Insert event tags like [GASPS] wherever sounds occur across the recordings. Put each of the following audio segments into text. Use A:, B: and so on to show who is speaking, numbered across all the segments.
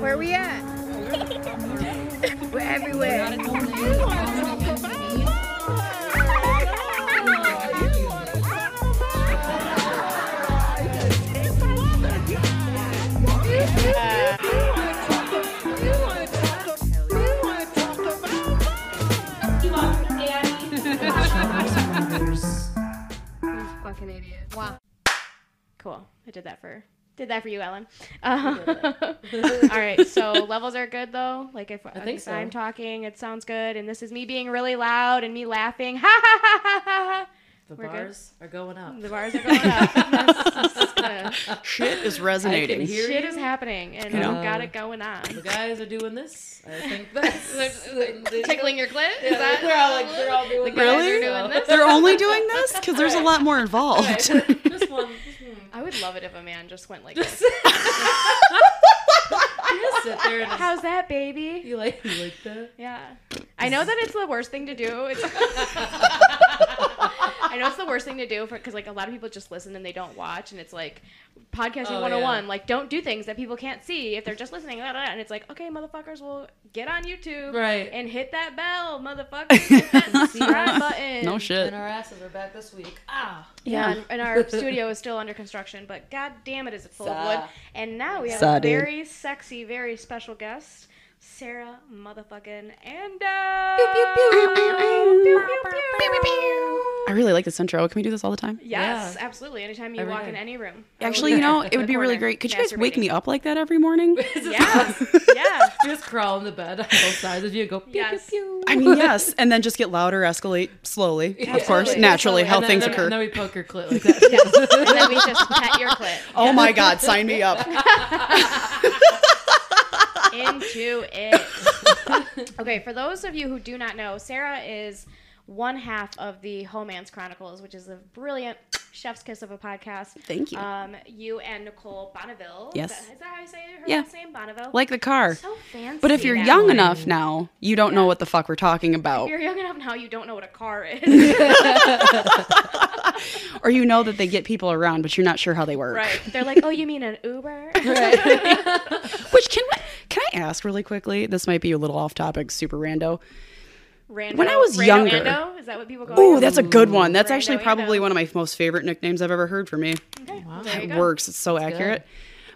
A: Where are we at? We're everywhere. Fucking idiot.
B: Cool. I did that for did that for you, Ellen. Uh, [LAUGHS] all right. So levels are good though. Like if, I
C: think so.
B: am talking, it sounds good, and this is me being really loud and me laughing. Ha ha ha ha ha.
C: The
B: We're good. Mm-hmm.
C: bars are going up.
B: ha. The bars are going up. [LAUGHS] That's just gonna-
D: [LAUGHS] Shit is resonating.
C: I can hear-
B: Shit is happening, and
D: You know?
B: we've got it going on.
C: The guys are doing this. I
B: [LAUGHS]
C: think that's [LAUGHS]
B: Tickling your clit? Is
C: Yeah,
B: that
C: they're all like they're all doing
B: the guys
D: Really?
B: are doing this?
C: [LAUGHS]
D: They're only doing this because there's a lot more [LAUGHS] involved.
B: [LAUGHS]
C: This one, this one.
B: I would love it if a man just went like this.
C: [LAUGHS] You just sit there and just-
B: [LAUGHS] How's that, baby?
C: [LAUGHS] you like you like that?
B: Yeah. I know that it's the worst thing to do. It's, [LAUGHS] I know it's the worst thing to do because like a lot of people just listen and they don't watch, and it's like podcasting
C: Oh,
B: 101.
C: yeah.
B: Like, don't do things that people can't see if they're just listening. blah, blah, blah. And it's like, okay, motherfuckers, will get on YouTube
C: Right.
B: and hit that bell, motherfuckers, hit that subscribe button.
D: no
C: And
D: shit.
C: our asses are back this week. Ah, [LAUGHS]
B: Yeah, and, and our studio is still under construction, but god damn it is it full of
C: Sigh.
B: wood. And now we have
D: Sigh,
B: a
D: dude.
B: very sexy, very special guest, Sarah motherfucking Ando. Pew pew pew. pew, pew,
D: I really like this intro. Can we do this all the time?
B: Yes, absolutely. Anytime you
C: Every
B: walk
C: day.
B: in any room. Oh,
D: Actually,
B: [LAUGHS]
D: you know, it would be really
B: Corner.
D: great. Could you guys wake
B: Masturbating.
D: me up like that every morning?
C: [LAUGHS]
D: [LAUGHS]
B: Yeah. yeah.
C: you just crawl in the bed on both sides of you. and Go pew
B: Yes.
C: pew pew.
D: I mean,
C: [LAUGHS]
D: yes, and then just get louder, escalate slowly, of course,
B: Absolutely.
D: naturally, how
C: And then-
D: things
C: then,
D: occur.
C: Then we poke your
B: [LAUGHS]
C: clit like that. [LAUGHS]
B: And then we just pet your clit
D: oh my God, sign me up.
B: into it.
C: [LAUGHS]
B: Okay, for those of you who do not know, Sarah is one half of the Homance Chronicles, which is a brilliant chef's kiss of a podcast.
D: Thank you.
B: Um, you and Nicole Bonneville.
D: Yes.
B: Is that, is that how you say her
D: Yeah.
B: last name? Bonneville.
D: like the car.
B: so fancy.
D: But if you're
B: now.
D: young enough now, you don't know what the fuck we're talking about.
B: if you're young enough now, you don't know what a car
D: [LAUGHS]
B: is.
D: Or you know that they get people around, but you're not sure how they work.
B: right. They're like, oh, you mean an Uber?
D: Which can can I ask really quickly? This might be a little off topic, super rando.
B: Rando,
D: When I was
B: rando,
D: younger-
B: Ando? Is that what people go?
D: Oh,
B: by?
D: that's a good one. That's
B: Rando,
D: actually
B: rando.
D: probably one of my most favorite nicknames I've ever heard for me.
B: Okay. There you
D: It
B: go.
D: works. It's so accurate.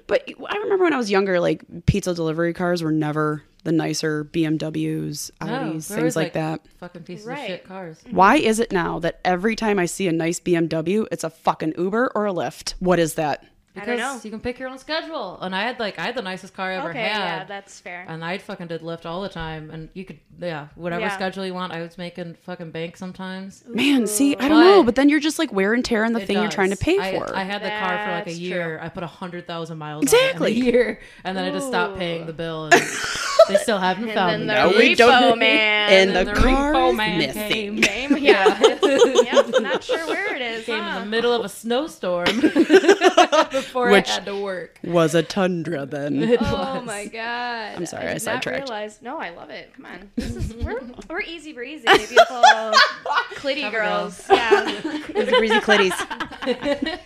D: But I remember when I was younger, like pizza delivery cars were never the nicer BMWs,
C: No,
D: Audis,
C: there
D: things
C: Oh, was,
D: like that.
C: Fucking pieces of
B: Right.
C: shit cars.
D: Why is it now that every time I see a nice BMW, it's a fucking Uber or a Lyft? What is that?
B: I
C: Because
B: don't know.
C: you can pick your own schedule. And I had like I had the nicest car I ever
B: Okay,
C: had.
B: yeah, that's fair.
D: Um,
C: and I fucking did Lyft all the time, and you could, yeah, whatever
B: Yeah.
C: schedule you want. I was making fucking bank sometimes.
D: Man, see, I don't know.
C: But-
D: But then you're just like wear and tear on the
C: It
D: thing you're
C: does.
D: trying to pay
C: I-
D: for.
C: I, had the car for like a
B: That's
C: year. I put a hundred thousand miles exactly
D: Exactly.
C: on it in a year, and then I just stopped paying the bill. And they still haven't
B: And
C: found
B: then the
C: me.
D: No, we
B: repo
D: don't. [LAUGHS]
B: man.
D: and the,
C: the
D: car
C: repo
D: is
C: man
D: missing.
C: came.
B: Name?
D: [LAUGHS]
B: Yeah. yep. Not sure where it is.
C: Came in
B: huh?
C: the middle of a
D: [LAUGHS]
C: snowstorm [LAUGHS] before
D: Which-
C: I had to work.
D: Was a tundra [LAUGHS] then.
C: [LAUGHS]
B: Oh my god! I'm
D: sorry, I
B: did not
D: sidetracked.
B: realize- No, I love it. Come on, this
D: [LAUGHS]
B: is we're, we're easy breezy, beautiful clitty girls. Yeah.
D: [LAUGHS] Breezy clitties.
B: In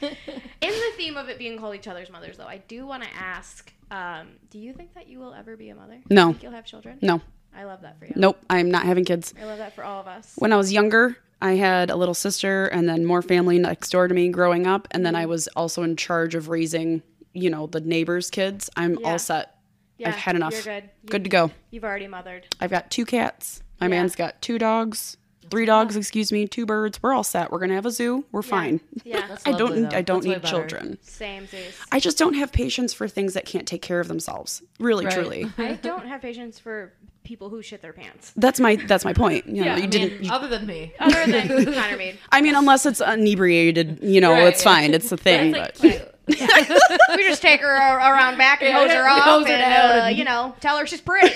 B: the theme of it being called each other's mothers, though, I do want to ask: um, Do you think that you will ever be a mother? Do
D: No.
B: you think you'll have children?
D: No,
B: I love that for you.
D: nope. I'm not having kids.
B: I love that for all of us.
D: When I was younger, I had a little sister and then more family next door to me growing up. And then I was also in charge of raising, you know, the neighbors' kids. I'm
B: Yeah.
D: all set.
B: Yeah,
D: I've had enough.
B: You're good. You,
D: Good to go.
B: You've already mothered.
D: I've got two cats. My man's got two dogs, three dogs, excuse me, two birds. We're all set. We're gonna have a zoo. We're fine.
B: Yeah.
D: I don't.
C: Lovely,
D: Need,
C: though.
D: I don't
C: That's way
D: need
C: better.
D: children.
B: [LAUGHS] Same.
C: [LAUGHS]
B: Zeus.
D: I just don't have patience for things that can't take care of themselves. Really,
C: Right.
D: truly.
B: I don't have patience for people who shit their
C: [LAUGHS]
B: pants.
D: That's my. That's my point. You know,
B: Yeah,
D: you
B: I
D: didn't. you-
C: Other than
D: [LAUGHS]
C: me,
B: Other than Connor made.
D: I mean, unless it's inebriated, you know,
C: Right.
D: it's fine. It's
C: [LAUGHS]
D: the thing.
B: It's
D: But
B: like [LAUGHS] we just take her a- around back and hose
C: [LAUGHS]
B: her
C: hose
B: off,
C: her
B: and,
C: down
B: uh,
C: and-
B: you know, tell
C: [LAUGHS]
B: her she's pretty.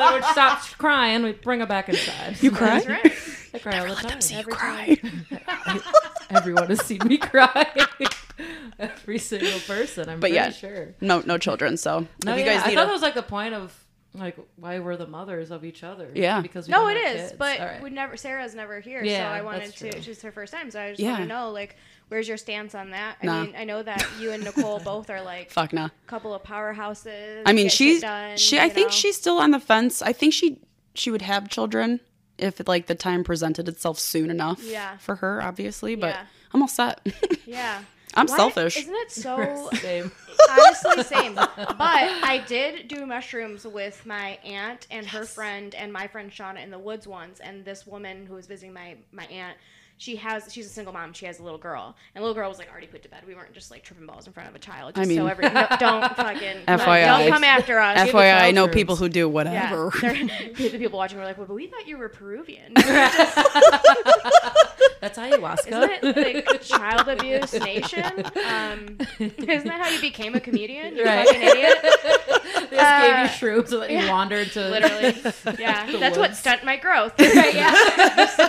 C: I would stop crying. We'd bring her
D: [LAUGHS]
C: back inside.
D: you cry.
B: That's right.
C: I cry all the time.
D: You cry. [LAUGHS]
C: Everyone has seen me cry. [LAUGHS] Every single person. I'm
D: But
C: pretty
D: yeah.
C: sure.
D: No, no children. So
C: No,
D: if you
C: yeah,
D: guys
C: I
D: need
C: thought
D: a-
C: that was like the point of Like, why we're the mothers of each other?
D: Yeah.
C: because we
B: No,
C: don't
B: it
C: have
B: is,
C: kids.
B: but
C: All right.
B: we never. Sarah's never here,
C: Yeah,
B: so I wanted
C: that's
B: to.
C: true.
B: She's her first time, so I just
D: Yeah.
B: want to know, like, where's your stance on that? I
D: Nah.
B: mean, I know that you and
C: [LAUGHS]
B: Nicole both are like a
D: Fuck nah.
B: couple of powerhouses.
D: I mean,
B: get shit
D: she's
B: done,
D: she. I
B: you
D: think
B: know?
D: she's still on the fence. I think she she would have children if like the time presented itself soon enough.
B: Yeah.
D: For her, obviously, but
B: Yeah.
D: I'm all set. [LAUGHS]
B: Yeah,
D: I'm
B: Why-
D: selfish.
B: Isn't it
C: [LAUGHS]
B: so? [LAUGHS]
C: Same.
B: Honestly, same. But I did do mushrooms with my aunt and her friend and my friend Shauna in the woods once. And this woman who was visiting my my aunt, she has she's a single mom. She has a little girl, and the little girl was like already put to bed. We weren't just like tripping balls in front of a child. Just
D: I
B: so
D: mean-
B: every no,
C: [LAUGHS]
B: don't fucking
D: FYI.
B: don't come after us.
D: FYI, I know
C: mushrooms.
D: people who do
B: Yeah,
D: whatever.
B: [LAUGHS] they're- the people watching were like, "Well, but we thought you were
C: [LAUGHS]
B: Peruvian."
C: That's ayahuasca.
B: Isn't it like child abuse nation? Um, isn't that how you became a comedian? You
C: Right.
B: fucking idiot.
C: [LAUGHS] They just
B: Uh,
C: gave you shrooms so that
B: yeah.
C: you wandered to
B: Literally. [LAUGHS] Yeah.
C: The
B: That's what
C: woods.
B: stunt my growth. Right, yeah.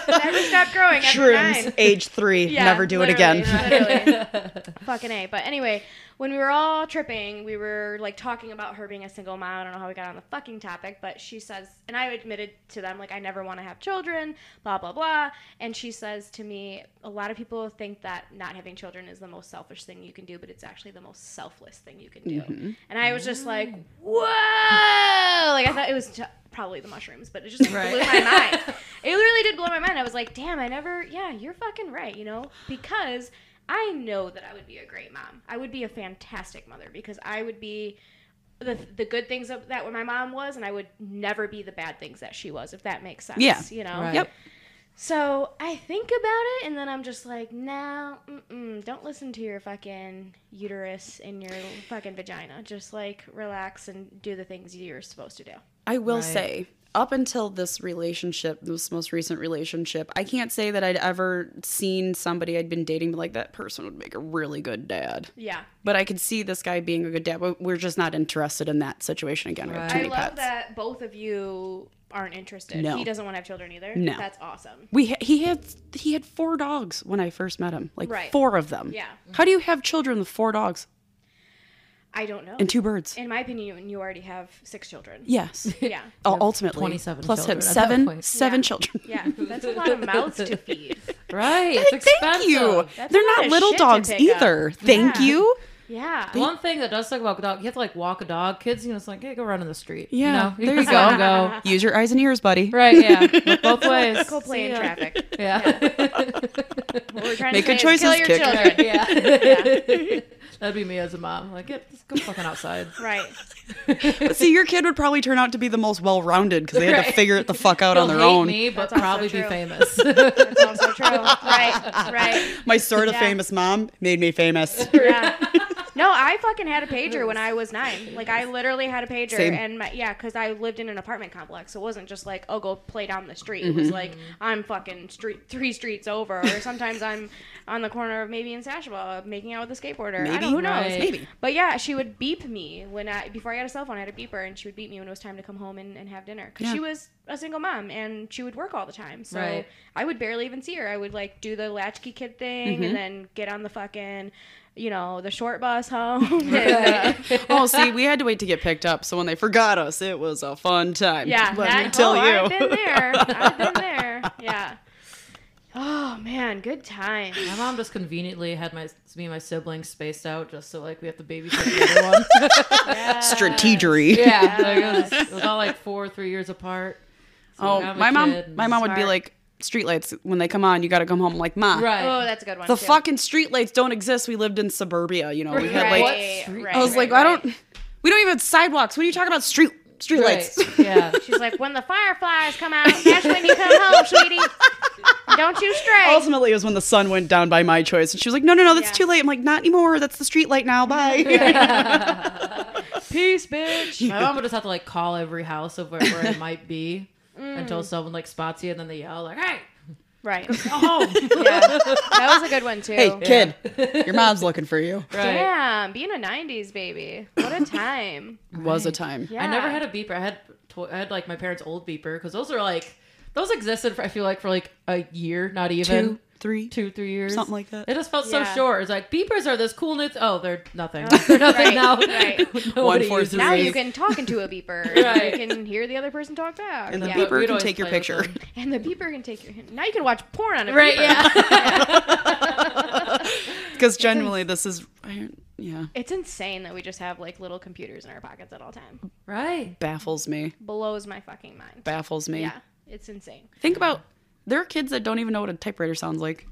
B: Never stop growing. After nine.
D: age three,
B: Yeah, literally, literally. Fucking A. But anyway, when we were all tripping, we were like talking about her being a single mom. I don't know how we got on the fucking topic, but she says, and I admitted to them, like, I never want to have children, blah, blah, blah. And she says to me, a lot of people think that not having children is the most selfish thing you can do, but it's actually the most selfless thing you can do. And I was just like, whoa! Like, I thought it was. T- Probably the mushrooms, but it just like,
C: Right.
B: blew my mind. It literally did blow my mind. I was like, damn, I never, yeah, you're fucking right, you know? Because I know that I would be a great mom. I would be a fantastic mother because I would be the, the good things of that what my mom was, and I would never be the bad things that she was, if that makes sense.
D: Yeah.
B: You know?
C: Right.
D: Yep.
B: So I think about it, and then I'm just like, no, mm-mm, don't listen to your fucking uterus and your fucking vagina. Just like relax and do the things you're supposed to do.
D: I will
C: Right.
D: say, up until this relationship, this most recent relationship, I can't say that I'd ever seen somebody I'd been dating be like that person would make a really good dad.
B: Yeah.
D: But I could see this guy being a good dad. But we're just not interested in that situation again. We have too
B: I
D: many
B: love
D: pets.
B: that both of you aren't interested.
D: No.
B: He doesn't want to have children either.
D: No.
B: That's awesome.
D: We ha- he had he had four dogs when I first met him. Like
B: Right.
D: four of them.
B: Yeah.
D: How do you have children with four dogs
B: I don't know.
D: and two birds?
B: In my opinion, you already have six children.
D: yes.
B: [LAUGHS] Yeah.
D: Oh, ultimately,
C: 27
D: plus
C: children
D: him
C: at that
D: seven
C: point.
D: seven
B: Yeah.
D: children.
B: Yeah. That's a lot of mouths [LAUGHS] to feed.
C: [LAUGHS] Right. It's expensive.
D: [LAUGHS] Thank you.
B: That's
D: They're
B: a lot
D: not
B: of
D: little
B: shit to
D: dogs
B: pick up.
D: either. Thank
B: Yeah.
D: you.
B: Yeah.
C: One thing that does suck about dog, you have to like walk a dog. Kids, you know, it's like, hey, go run in the street.
D: Yeah,
C: You know,
D: there you
C: just let 'em
D: go. Use your eyes and ears, buddy.
C: Right. Yeah.
D: [LAUGHS]
C: Look both ways.
B: Go play
C: See
B: in
C: ya.
B: traffic.
C: Yeah.
B: What we're trying
D: Make
B: to
D: good
B: say is
D: choices,
B: Kill your
D: kid.
B: children.
C: [LAUGHS] yeah.
B: Yeah.
C: That'd be me as a mom. Like, yep, just go fucking outside.
B: Right.
D: But see, your kid would probably turn out to be the most well-rounded because they had to
C: Right.
D: figure it the fuck out on
C: He'll
D: their
C: hate
D: own.
C: me, but
B: That's also
C: probably be
B: true.
D: [LAUGHS]
C: famous.
B: That's also true. Right. Right.
D: My sort of
B: Yeah.
D: famous mom made me famous.
B: Yeah.
D: [LAUGHS]
B: No, I fucking had a pager when I was nine. Like I literally had a pager,
D: Same.
B: and my, yeah, because I lived in an apartment complex. So it wasn't just like, oh, go play down the street. It
D: Mm-hmm.
B: was like I'm fucking street three streets over, or sometimes I'm on the corner of maybe in Sashua making out with a skateboarder. I
D: Maybe.
B: don't, who knows?
C: Right.
D: Maybe.
B: But yeah, she would beep me when I before I got a cell phone. I had a beeper, and she would beep me when it was time to come home and, and have dinner because
D: Yeah.
B: she was a single mom and she would work all the time. So
C: Right.
B: I would barely even see her. I would like do the latchkey kid thing
D: Mm-hmm.
B: and then get on the fucking, you know, the short bus home. [LAUGHS] and, uh,
D: oh, see, we had to wait to get picked up, so when they forgot us, it was a fun time.
B: yeah,
D: let
B: that-
D: me tell
B: oh, I've
D: you.
B: been there. I've
D: [LAUGHS]
B: been there. Yeah. Oh man, good times.
C: My mom just conveniently had my me and my siblings spaced out just so like we have to babysit the other
D: [LAUGHS]
C: one.
B: Yes.
D: Strategery.
C: yeah, like, it, was, it was all like four, three years apart. So,
D: Oh,
C: like, I'm a
D: my mom,
C: kid and-
D: my mom would be
B: smart.
D: like, "Streetlights when they come on, you got to come home." I'm like, ma,
C: right.
B: Oh, that's a good one.
D: the
B: too.
D: fucking streetlights don't exist. We lived in suburbia, you know. We had like,
C: What
B: Right,
C: street-
B: right,
D: I was
B: right,
D: like, I
B: right.
D: don't, we don't even have sidewalks. What are you talking about? Street
C: right.
D: streetlights. [LAUGHS]
C: Yeah.
B: She's like, when the fireflies come out, that's when you come home, sweetie. Don't you stray.
D: Ultimately, it was when the sun went down by my choice, and she was like, "No, no, no, that's
B: Yeah.
D: too late." I'm like, "Not anymore. That's the street light now.
C: [LAUGHS]
D: Bye."
B: Peace, bitch.
C: My mom would just have to like call every house of where, where it [LAUGHS] might be
B: Mm.
C: until someone like spots you and then they yell like, "Hey,
B: [LAUGHS] Right.
C: go home!"
B: Yeah. That was a good one, too.
D: hey, kid, your mom's looking for you.
C: Right.
B: Damn, being a 90s baby. What a time.
D: [LAUGHS] Was a time.
B: Yeah.
C: I never had a beeper. I had to- I had like my parents' old beeper because those are like those existed for I feel like for like a year, not even
D: Two. three.
C: two, three years.
D: Something like that.
C: It just felt so
B: Yeah.
C: short. It's like beepers are this cool new. Th- oh, they're nothing.
B: Oh,
C: [LAUGHS] they're nothing
B: right,
C: now.
B: right.
C: [LAUGHS] Nobody
D: One, four,
C: uses
B: Now
D: Right.
B: you can talk into a
D: [LAUGHS]
B: beeper.
C: Right.
B: You can hear the other person talk back.
D: And the
B: yeah.
C: But
D: beeper
C: we'd
D: can
C: always
D: take your
C: play with
D: picture. [LAUGHS]
C: them.
B: And the beeper can take your. Now you can watch porn on a
C: Right?
B: beeper.
C: Yeah.
D: Because generally, this is I, yeah
B: [LAUGHS] It's insane that we just have like little computers in our pockets at all time.
C: right.
D: baffles me.
B: Blows my fucking mind.
D: Baffles me.
B: Yeah, it's insane.
D: Think about there are kids that don't even know what a typewriter sounds like.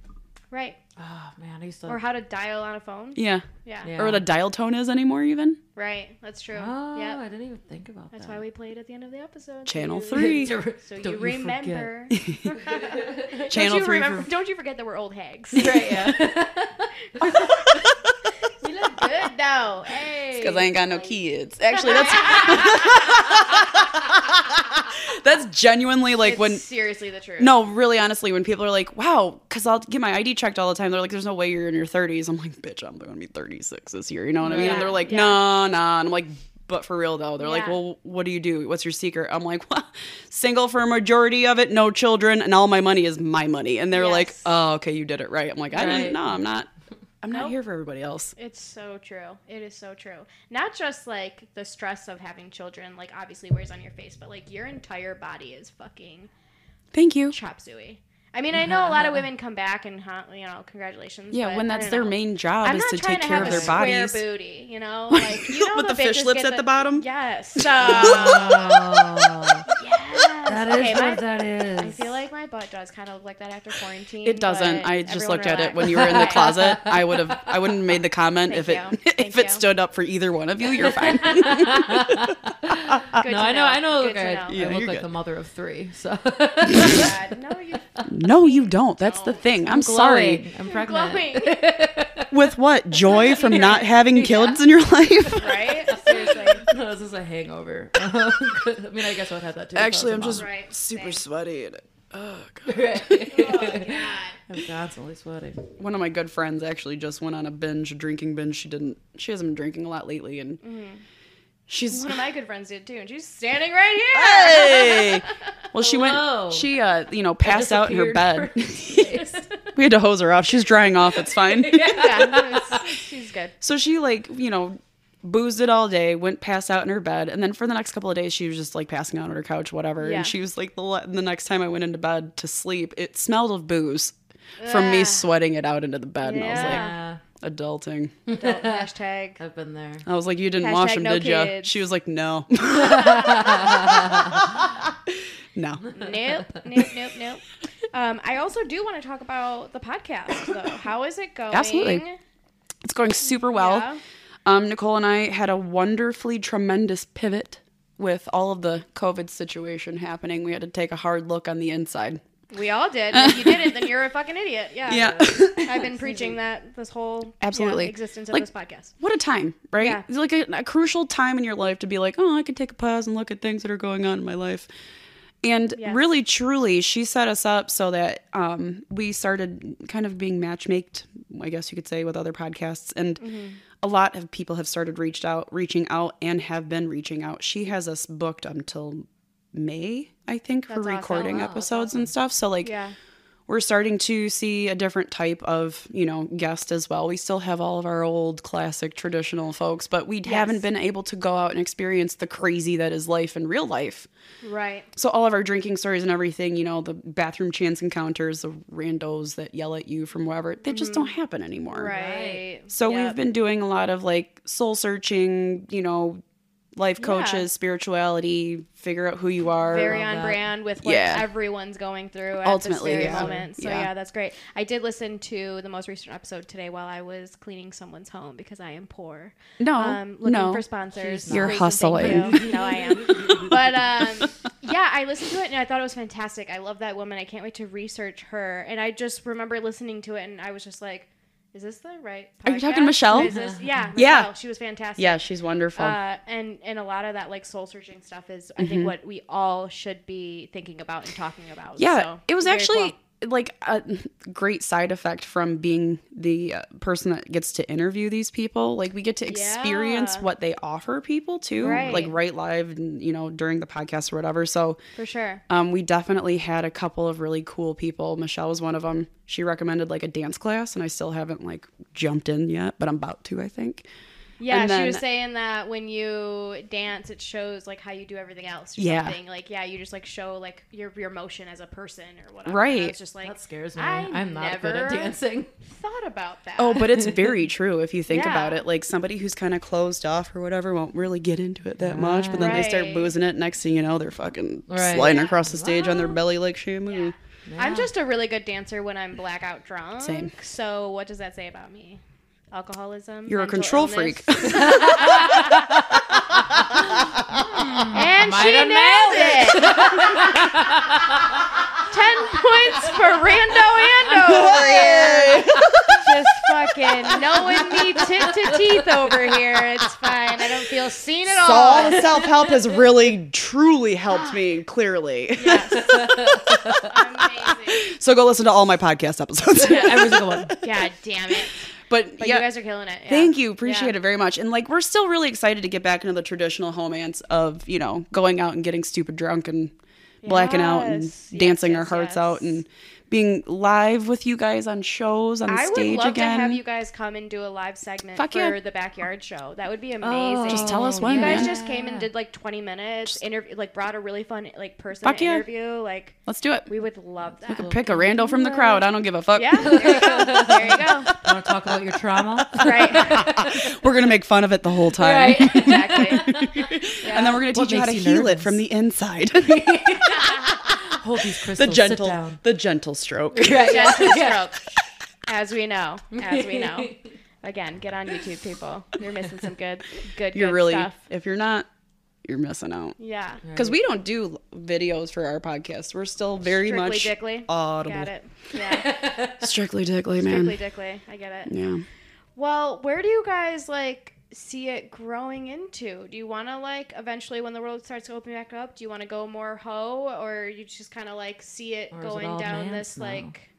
B: Right.
C: Oh man, I used to.
B: Or how to dial on a phone.
D: Yeah.
B: Yeah.
C: yeah.
D: Or what a dial tone is anymore, even.
B: Right. That's true.
D: Ah,
C: Oh,
B: yeah.
C: I didn't even think about
B: That's
C: that.
B: why we play it at the end of the episode. so
D: Channel
B: you-
D: three.
C: To re-
B: So
C: [LAUGHS] don't
B: you
C: forget.
D: [LAUGHS]
B: remember.
D: Channel
B: don't you
D: three.
B: remember?
D: for-
B: Don't you forget that we're old
D: [LAUGHS]
B: hags.
C: [LAUGHS] Right. Yeah.
B: you look good though. Hey.
D: Because I ain't got no kids. Actually, that's [LAUGHS] that's genuinely like
B: It's
D: when.
B: seriously the truth.
D: No, really, honestly, when people are like, "Wow," because I'll get my ID checked all the time. They're like, "There's no way you're in your 30s." I'm like, "Bitch, I'm going to be 36 this year." You know what I mean?
B: Yeah,
D: And they're like,
B: yeah.
D: "No, no." And I'm like, "But for real though," they're like,
B: Yeah.
D: "Well, what do you do? What's your secret?" I'm like, well, "Single for a majority of it, no children, and all my money is my money." And they're like,
B: Yes.
D: "Oh, okay, you did it right." I'm like, "I
C: Right.
D: didn't. No, I'm not. I'm not
B: Nope.
D: here for everybody else."
B: It's so true. It is so true. Not just like the stress of having children, like obviously wears on your face, but like your entire body is fucking
D: Thank you.
B: chop suey. I mean, I know a lot of women come back and huh, you know, congratulations.
D: Yeah,
B: but
D: when
B: I
D: that's
B: don't
D: their
B: know.
D: main job
B: I'm
D: is
B: not
D: to
B: trying
D: take
B: to
D: care
B: have
D: of
B: a
D: their
B: square
D: bodies.
B: booty, you
D: [LAUGHS]
B: know, like you know
D: With the
B: bitches
D: fish lips
B: get
D: at the bottom? [LAUGHS]
B: Yes. So
C: Oh,
B: yes.
C: that is
B: Okay, my-
C: what that is.
B: I feel like my butt does kind of look like that after quarantine.
D: It doesn't.
B: but
D: I just
B: everyone
D: looked at it
B: relax.
D: when you were in
B: [LAUGHS]
D: the
B: Okay.
D: closet. I would have. I
B: [LAUGHS]
D: wouldn't have made the comment
B: Thank
D: if it
B: you.
D: [LAUGHS] if
B: Thank
D: it
B: you.
D: stood up for either one of
B: [LAUGHS]
D: you. You're fine. [LAUGHS]
B: Good
C: no,
B: to
C: I know, I know.
B: Good
C: Look,
B: to
C: I,
B: know.
C: I
D: Yeah,
C: look
D: you're
C: like
D: good.
C: the mother of three.
D: [LAUGHS]
C: So
B: [LAUGHS]
C: [LAUGHS]
B: God, no, you
D: no, you don't. That's the thing. I'm, sorry.
C: Glowing. I'm
B: are
C: pregnant.
B: glowing,
D: With what
B: [LAUGHS]
D: joy from not having kids in your [LAUGHS] life?
B: right? Seriously.
C: No, [LAUGHS] this is a hangover. [LAUGHS] I mean, I guess I would have that too. if I
D: Actually,
C: was a
D: I'm just
B: Right,
D: super
B: same.
D: sweaty. And, oh god.
C: mom. [LAUGHS] Right. I'm constantly sweating.
D: [LAUGHS] One of my good friends actually just went on a binge, a drinking binge. She didn't. She hasn't been drinking a lot lately, and she's
B: Mm-hmm. One of my good friends did too, and she's standing right here.
D: [LAUGHS] Hey! Well, she
C: Hello.
D: went. She, uh, you know, passed out in her bed.
C: Disappeared
D: [LAUGHS]
C: for
B: [LAUGHS]
C: days.
D: we had to hose her off. She's drying off. It's
B: [LAUGHS]
D: fine.
B: Yeah, it's- she's good.
D: So she, like, you know, boozed it all day, went passed out in her bed, and then for the next couple of days, she was just like passing out on her couch, whatever.
B: Yeah.
D: And she was like, the le- the next time I went into bed to sleep, it smelled of booze from me
B: Ah.
D: sweating it out into the bed, and
C: yeah,
D: I was like, adulting.
C: [LAUGHS]
B: Adult hashtag.
C: I've been there.
D: I was like, you didn't wash
B: Hashtag
D: them,
B: no
D: did ya?
B: kids.
D: She was like, no.
B: [LAUGHS]
D: [LAUGHS] no.
B: Nope, nope, nope, nope. Um, I also do want to talk about the podcast, though. How is it going?
D: Absolutely. It's going super well.
B: Yeah.
D: Um, Nicole and I had a wonderfully tremendous pivot with all of the COVID situation happening. We had to take a hard look on the inside.
B: We all
D: [LAUGHS]
B: did. If you didn't, then you're a fucking idiot. Yeah. [LAUGHS] I've been preaching that this whole yeah,
D: Absolutely.
B: existence of
D: Like-
B: this podcast.
D: what a time, right?
B: Yeah.
D: It's like a, a crucial time in your life to be like, oh, I could take a pause and look at things that are going on in my life. And
B: Yes.
D: really, truly, she set us up so that um, we started kind of being matchmaked, I guess you could say, with other podcasts. And
B: Mm-hmm.
D: a lot of people have started reached out, reaching out, and have been reaching out. She has us booked until May, I think, for
B: That's awesome.
D: recording
C: Oh, wow, that's
D: episodes and stuff. So like,
B: Yeah.
D: we're starting to see a different type of you know guest as well we still have all of our old classic traditional folks but we haven't been able to go out and experience the crazy that is life in real life
B: Right.
D: so all of our drinking stories and everything you know the bathroom chance encounters the randos that yell at you from wherever they just don't happen anymore
B: Mm-hmm. Right.
D: so
B: Yep.
D: we've been doing a lot of like soul searching you know life coaches spirituality figure out who you are
B: very
C: love
B: on
C: that.
B: brand with what
D: Yeah.
B: everyone's going through at
D: Ultimately,
B: this very
D: yeah.
B: moment. So
D: Yeah.
B: yeah. that's great. I did listen to the most recent episode today while I was cleaning someone's home because I am poor.
D: no
B: Um, looking
D: Oh, no
B: for sponsors.
C: She's not.
D: You're
B: Please and thank you. no, I
D: [LAUGHS]
B: am. But um, yeah, I listened to it and I thought it was fantastic. I love that woman. I can't wait to research her. And I just remember listening to it and I was just like, "Is this the right?"
D: Are you talking
B: podcast?
D: Michelle?
B: Is this- Yeah,
D: Yeah.
B: Michelle. She was fantastic.
D: yeah she's wonderful
B: Uh, and and a lot of that like soul searching
D: Mm-hmm.
B: stuff is I think what we all should be thinking about and talking about.
D: Yeah,
B: So,
D: it was
B: very
D: actually
B: cool.
D: like a great side effect from being the uh, person that gets to interview these people like we get to experience
B: Yeah.
D: what they offer people too
B: Right.
D: like right live and you know during the podcast or whatever so
B: for sure.
D: um, we definitely had a couple of really cool people michelle was one of them she recommended like a dance class and i still haven't like jumped in yet but i'm about to i think
B: Yeah,
D: And
B: she was
D: then-
B: saying that when you dance, it shows like how you do everything else. Or
D: Yeah.
B: something. like yeah, you just like show like your your motion as a person or whatever. And I
D: Right.
B: was just like
C: That scares me.
B: I
C: I'm not good
B: never
C: at
D: [LAUGHS]
C: dancing.
B: thought about that.
D: Oh,
B: [LAUGHS]
D: but it's very true if you think
B: Yeah.
D: about it. Like somebody who's kind of closed off or whatever won't really get into it that much, but then they start
B: Right.
D: boozing it. Next thing you know, they're fucking
C: Right.
D: sliding
C: Yeah.
D: across the stage on their belly like Shamu.
B: I'm just a really good dancer when I'm blackout drunk.
D: Same.
B: So what does that say about me? Alcoholism.
D: You're a
B: mental
D: control
B: illness?
C: [LAUGHS]
D: freak.
B: and
C: Might
B: she
C: have
B: nailed it. [LAUGHS] Ten points for Rando Ando
D: [LAUGHS]
B: over here. Just fucking knowing me tit to teeth over here. It's fine. I don't feel seen at
D: so all
B: all.
D: the self help
B: [LAUGHS]
D: has really, truly helped me, clearly.
B: Amazing.
D: [LAUGHS] So go listen to all my podcast episodes.
C: Every single [LAUGHS] one.
B: God damn it.
D: [LAUGHS] But,
B: But
D: yeah.
B: you guys are killing it. Yeah.
D: Thank you. Appreciate
B: Yeah.
D: it very much. And like we're still really excited to get back into the traditional homance of, you know, going out and getting stupid drunk and blacking out and
B: Yes. Yes,
D: dancing
B: yes,
D: our hearts
B: yes.
D: out and being live with you guys on shows on
B: I would
D: stage
B: love
D: again.
B: to have you guys come and do a live segment
D: Fuck
B: for
D: yeah. Oh.
B: the backyard show. That would be amazing.
D: Just tell
C: Oh,
D: us when.
B: You
D: man.
B: guys just came and did like 20 minutes interview, like brought a really fun like person
D: Fuck
B: to
D: yeah.
B: interview. Like
D: Let's do it.
B: we would love that.
D: Pick a rando from the crowd. I don't give a fuck.
B: Yeah, [LAUGHS] there you go. There you go.
C: want to talk about your trauma?
D: [LAUGHS]
B: Right,
D: [LAUGHS] We're gonna make fun of it the whole time,
B: exactly.
D: [LAUGHS] and then we're gonna teach
C: What
D: you how to
C: makes you
D: heal it
C: nervous?
D: from the
B: [LAUGHS]
D: inside.
C: Hold these crystals.
D: the
C: sit
D: gentle,
C: down.
D: the gentle stroke.
B: Gentle stroke, as we know, as we know. Again, get on YouTube, people. You're missing some good, good,
D: You're
B: good
D: really,
B: stuff.
D: if you're not, you're missing out.
B: Yeah,
D: Because we don't do videos for our podcast. We're still very
B: strictly
D: much
B: Dickly.
D: audible.
B: Got it. Yeah,
D: Strictly Dickly, man.
B: strictly Dickly. I get it.
D: Yeah.
B: Well, where do you guys like see it growing into? Do you want to like eventually when the world starts opening back up, do you want to go more hoe or you just kind of like see it
C: Or is it
B: going
C: all
B: down
C: dance
B: this
C: now?
B: like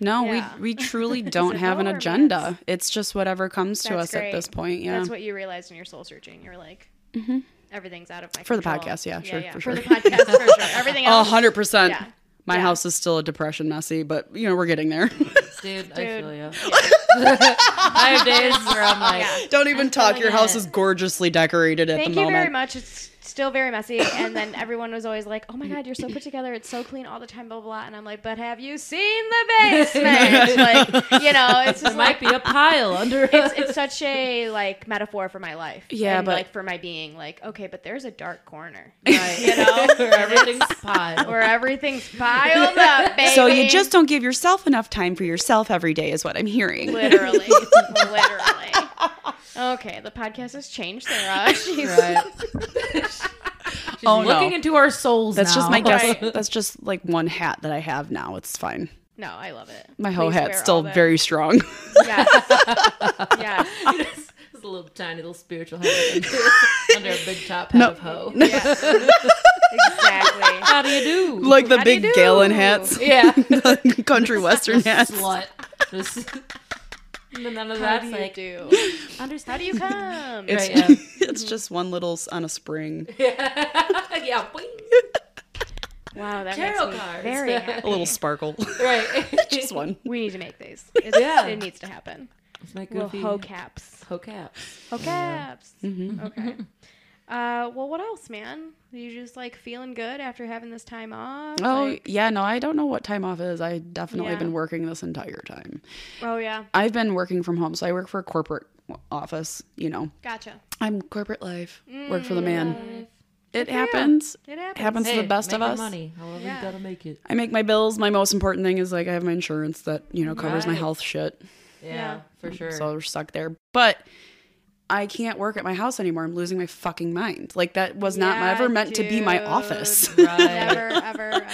D: No,
B: Yeah.
D: we
B: [LAUGHS]
D: we truly don't
B: it
D: have an
B: lower mass?
D: agenda. It's just whatever comes to
B: That's
D: us at this
B: great.
D: point. Yeah.
B: That's what you realized when you're soul searching. You're like, everything's out of my
D: For the
B: control.
D: podcast, yeah, sure, for sure.
B: the podcast, for sure.
D: [LAUGHS]
B: Everything
D: A
B: else,
D: hundred percent.
B: Yeah.
D: My
B: Yeah.
D: house is still a depression messy, but you know we're getting [LAUGHS] there.
C: Dude,
B: Dude.
C: I feel you. [LAUGHS] I have days where I'm like,
B: Yeah.
D: don't even talk.
C: feeling
D: Your house
C: it.
D: is gorgeously decorated at
B: Thank
D: the
B: you
D: moment.
B: very much. It's still very messy. And then everyone was always like, oh my God, you're so put together. It's so clean all the time, blah, blah, blah. And I'm like, but have you seen the
D: [LAUGHS]
B: basement? like, you know, it's
C: there
B: just like,
C: might be a pile under.
B: it's, it's such a like metaphor for my life.
D: Yeah,
B: and,
D: but-
B: like for my being, like, okay, but there's a dark
D: [LAUGHS]
B: corner
C: right. [LAUGHS] you know, where everything's
B: [LAUGHS]
C: piled.
B: where everything's piled up, baby.
D: [LAUGHS] So you just don't give yourself enough time for yourself every day, is what I'm hearing. [LAUGHS]
B: Literally. literally. Okay, the podcast has changed, Sarah. [LAUGHS] She's
C: Right. She's
D: Oh, no.
C: looking into our souls.
D: That's just
C: now. [LAUGHS]
D: my guess.
B: Right.
D: That's just like one hat that I have now. It's fine.
B: No, I love it.
D: My hoe
B: Please
D: hat's
B: wear
D: still
B: all the-
D: very strong. [LAUGHS]
B: Yes. yes.
C: it's a little tiny little spiritual hat [LAUGHS] under, under a big top hat of hoe.
B: yes. [LAUGHS] exactly.
C: How do you do?
D: like the
B: How do you
D: big gallon
B: do?
D: hats, [LAUGHS]
C: yeah,
D: country western hats.
C: slut. Just- and then [LAUGHS] none of
B: How
C: that's
B: do you
C: like
B: do? How
C: [LAUGHS] understand.
B: do you come?
D: It's,
C: Right, yeah.
D: [LAUGHS] it's just one little s- on a spring,
C: [LAUGHS] yeah, boing.
B: Wow, that
C: Tarot
B: makes me
C: cards.
B: very happy. [LAUGHS]
D: a little sparkle. [LAUGHS]
C: right. [LAUGHS]
D: just one.
B: We need to make these. It's-
C: Yeah.
B: It needs to happen.
C: It's my
B: Little
C: goofy
B: hoe caps.
C: hoe cap.
B: Hoe caps. Okay. Uh, well, what else, man? you just like feeling good after having this time off?
D: Oh
B: Like-
D: yeah, no, I don't know what time off is. I definitely
B: Yeah.
D: been working this entire time.
B: oh yeah.
D: I've been working from home, so I work for a corporate office. You know,
B: Gotcha.
D: I'm corporate life. work for the man. It
B: you.
D: happens.
B: It happens.
D: happens to the best
C: make
D: of
C: your
D: us.
C: Money, however
B: Yeah.
C: you gotta make it.
D: I make my bills. My most important thing is like I have my insurance that you know covers my
C: Right.
D: health shit.
C: Yeah, for sure.
D: So we're stuck there. But I can't work at my house anymore. I'm losing my fucking mind. Like that was not
B: Yeah,
D: ever meant to be my
B: dude.
D: office.
C: right.
B: Never, ever, ever.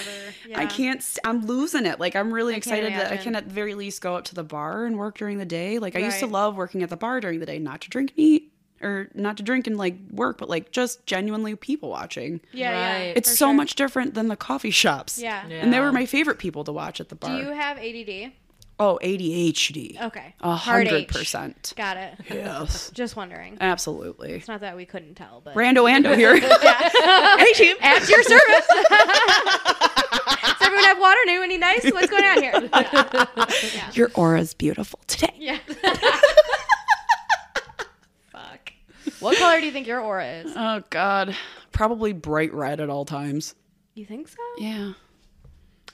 B: Yeah.
D: [LAUGHS] I can't. s- I'm losing it. Like I'm really excited that I
B: imagine.
D: can at the very least go up to the bar and work during the day. Like I used to
B: Right.
D: love working at the bar during the day, not to drink and eat. or not to drink and like work, but like just genuinely people watching.
B: Yeah, yeah.
C: Right.
D: It's
B: for
D: so
B: sure.
D: much different than the coffee shops.
B: Yeah.
C: Yeah.
D: And they were my favorite people to watch at the
B: Do
D: bar.
B: you have ADD?
D: oh, ADHD.
B: Okay.
D: A
B: Hard
D: hundred
B: H.
D: percent.
B: Got it.
D: Yes.
B: Just
D: [LAUGHS]
B: wondering.
D: Absolutely.
B: It's not that we couldn't tell, but
D: Rando Ando [LAUGHS] here. hey, team.
B: at your service. Does everyone have water? Anyone need ice? What's going on here? [LAUGHS]
D: Your aura's beautiful today.
B: Yeah. [LAUGHS] Fuck. What color do you think your aura is?
D: Oh, God. Probably bright red at all times.
B: You think so?
D: Yeah.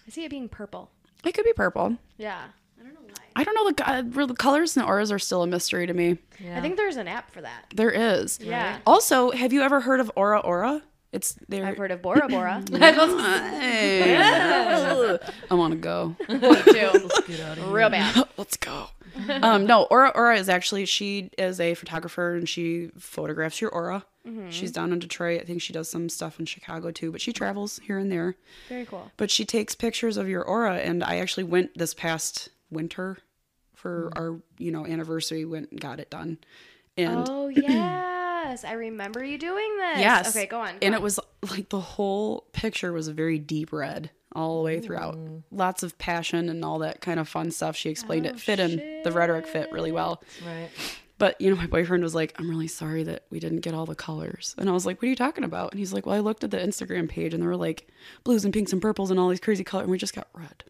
B: I see it being purple.
D: It could be purple.
B: Yeah. I don't know why.
D: I don't know. The, God, the colors and auras are still a mystery to me.
C: Yeah.
B: I think there's an app for that.
D: There is.
B: Yeah.
D: Also, have you ever heard of Aura Aura? It's there.
B: I've heard of Bora Bora. Me
D: [LAUGHS] I want to go.
B: too.
C: Get out of here.
B: [LAUGHS] Real bad.
D: [LAUGHS] Let's go. Um, no, Aura Aura is actually she is a photographer and she photographs your aura.
B: Mm-hmm.
D: She's down in Detroit. I think she does some stuff in Chicago too, but she travels here and there.
B: [LAUGHS] Very cool.
D: But she takes pictures of your aura, and I actually went this past winter for
B: Mm-hmm.
D: our you know anniversary. Went and got it done, and
B: [CLEARS THROAT] Oh yes, I remember you doing this.
D: Yes.
B: Okay, go on. go
D: and
B: on.
D: it was like the whole picture was very deep red all the way throughout. Lots of passion and all that kind of fun stuff. She explained
B: Oh,
D: it fit in the rhetoric fit really well.
C: Right.
D: But you know, my boyfriend was like, "I'm really sorry that we didn't get all the colors," and I was like, "What are you talking about?" And he's like, "Well, I looked at the Instagram page, and there were like blues and pinks and purples and all these crazy colors, and we just got red."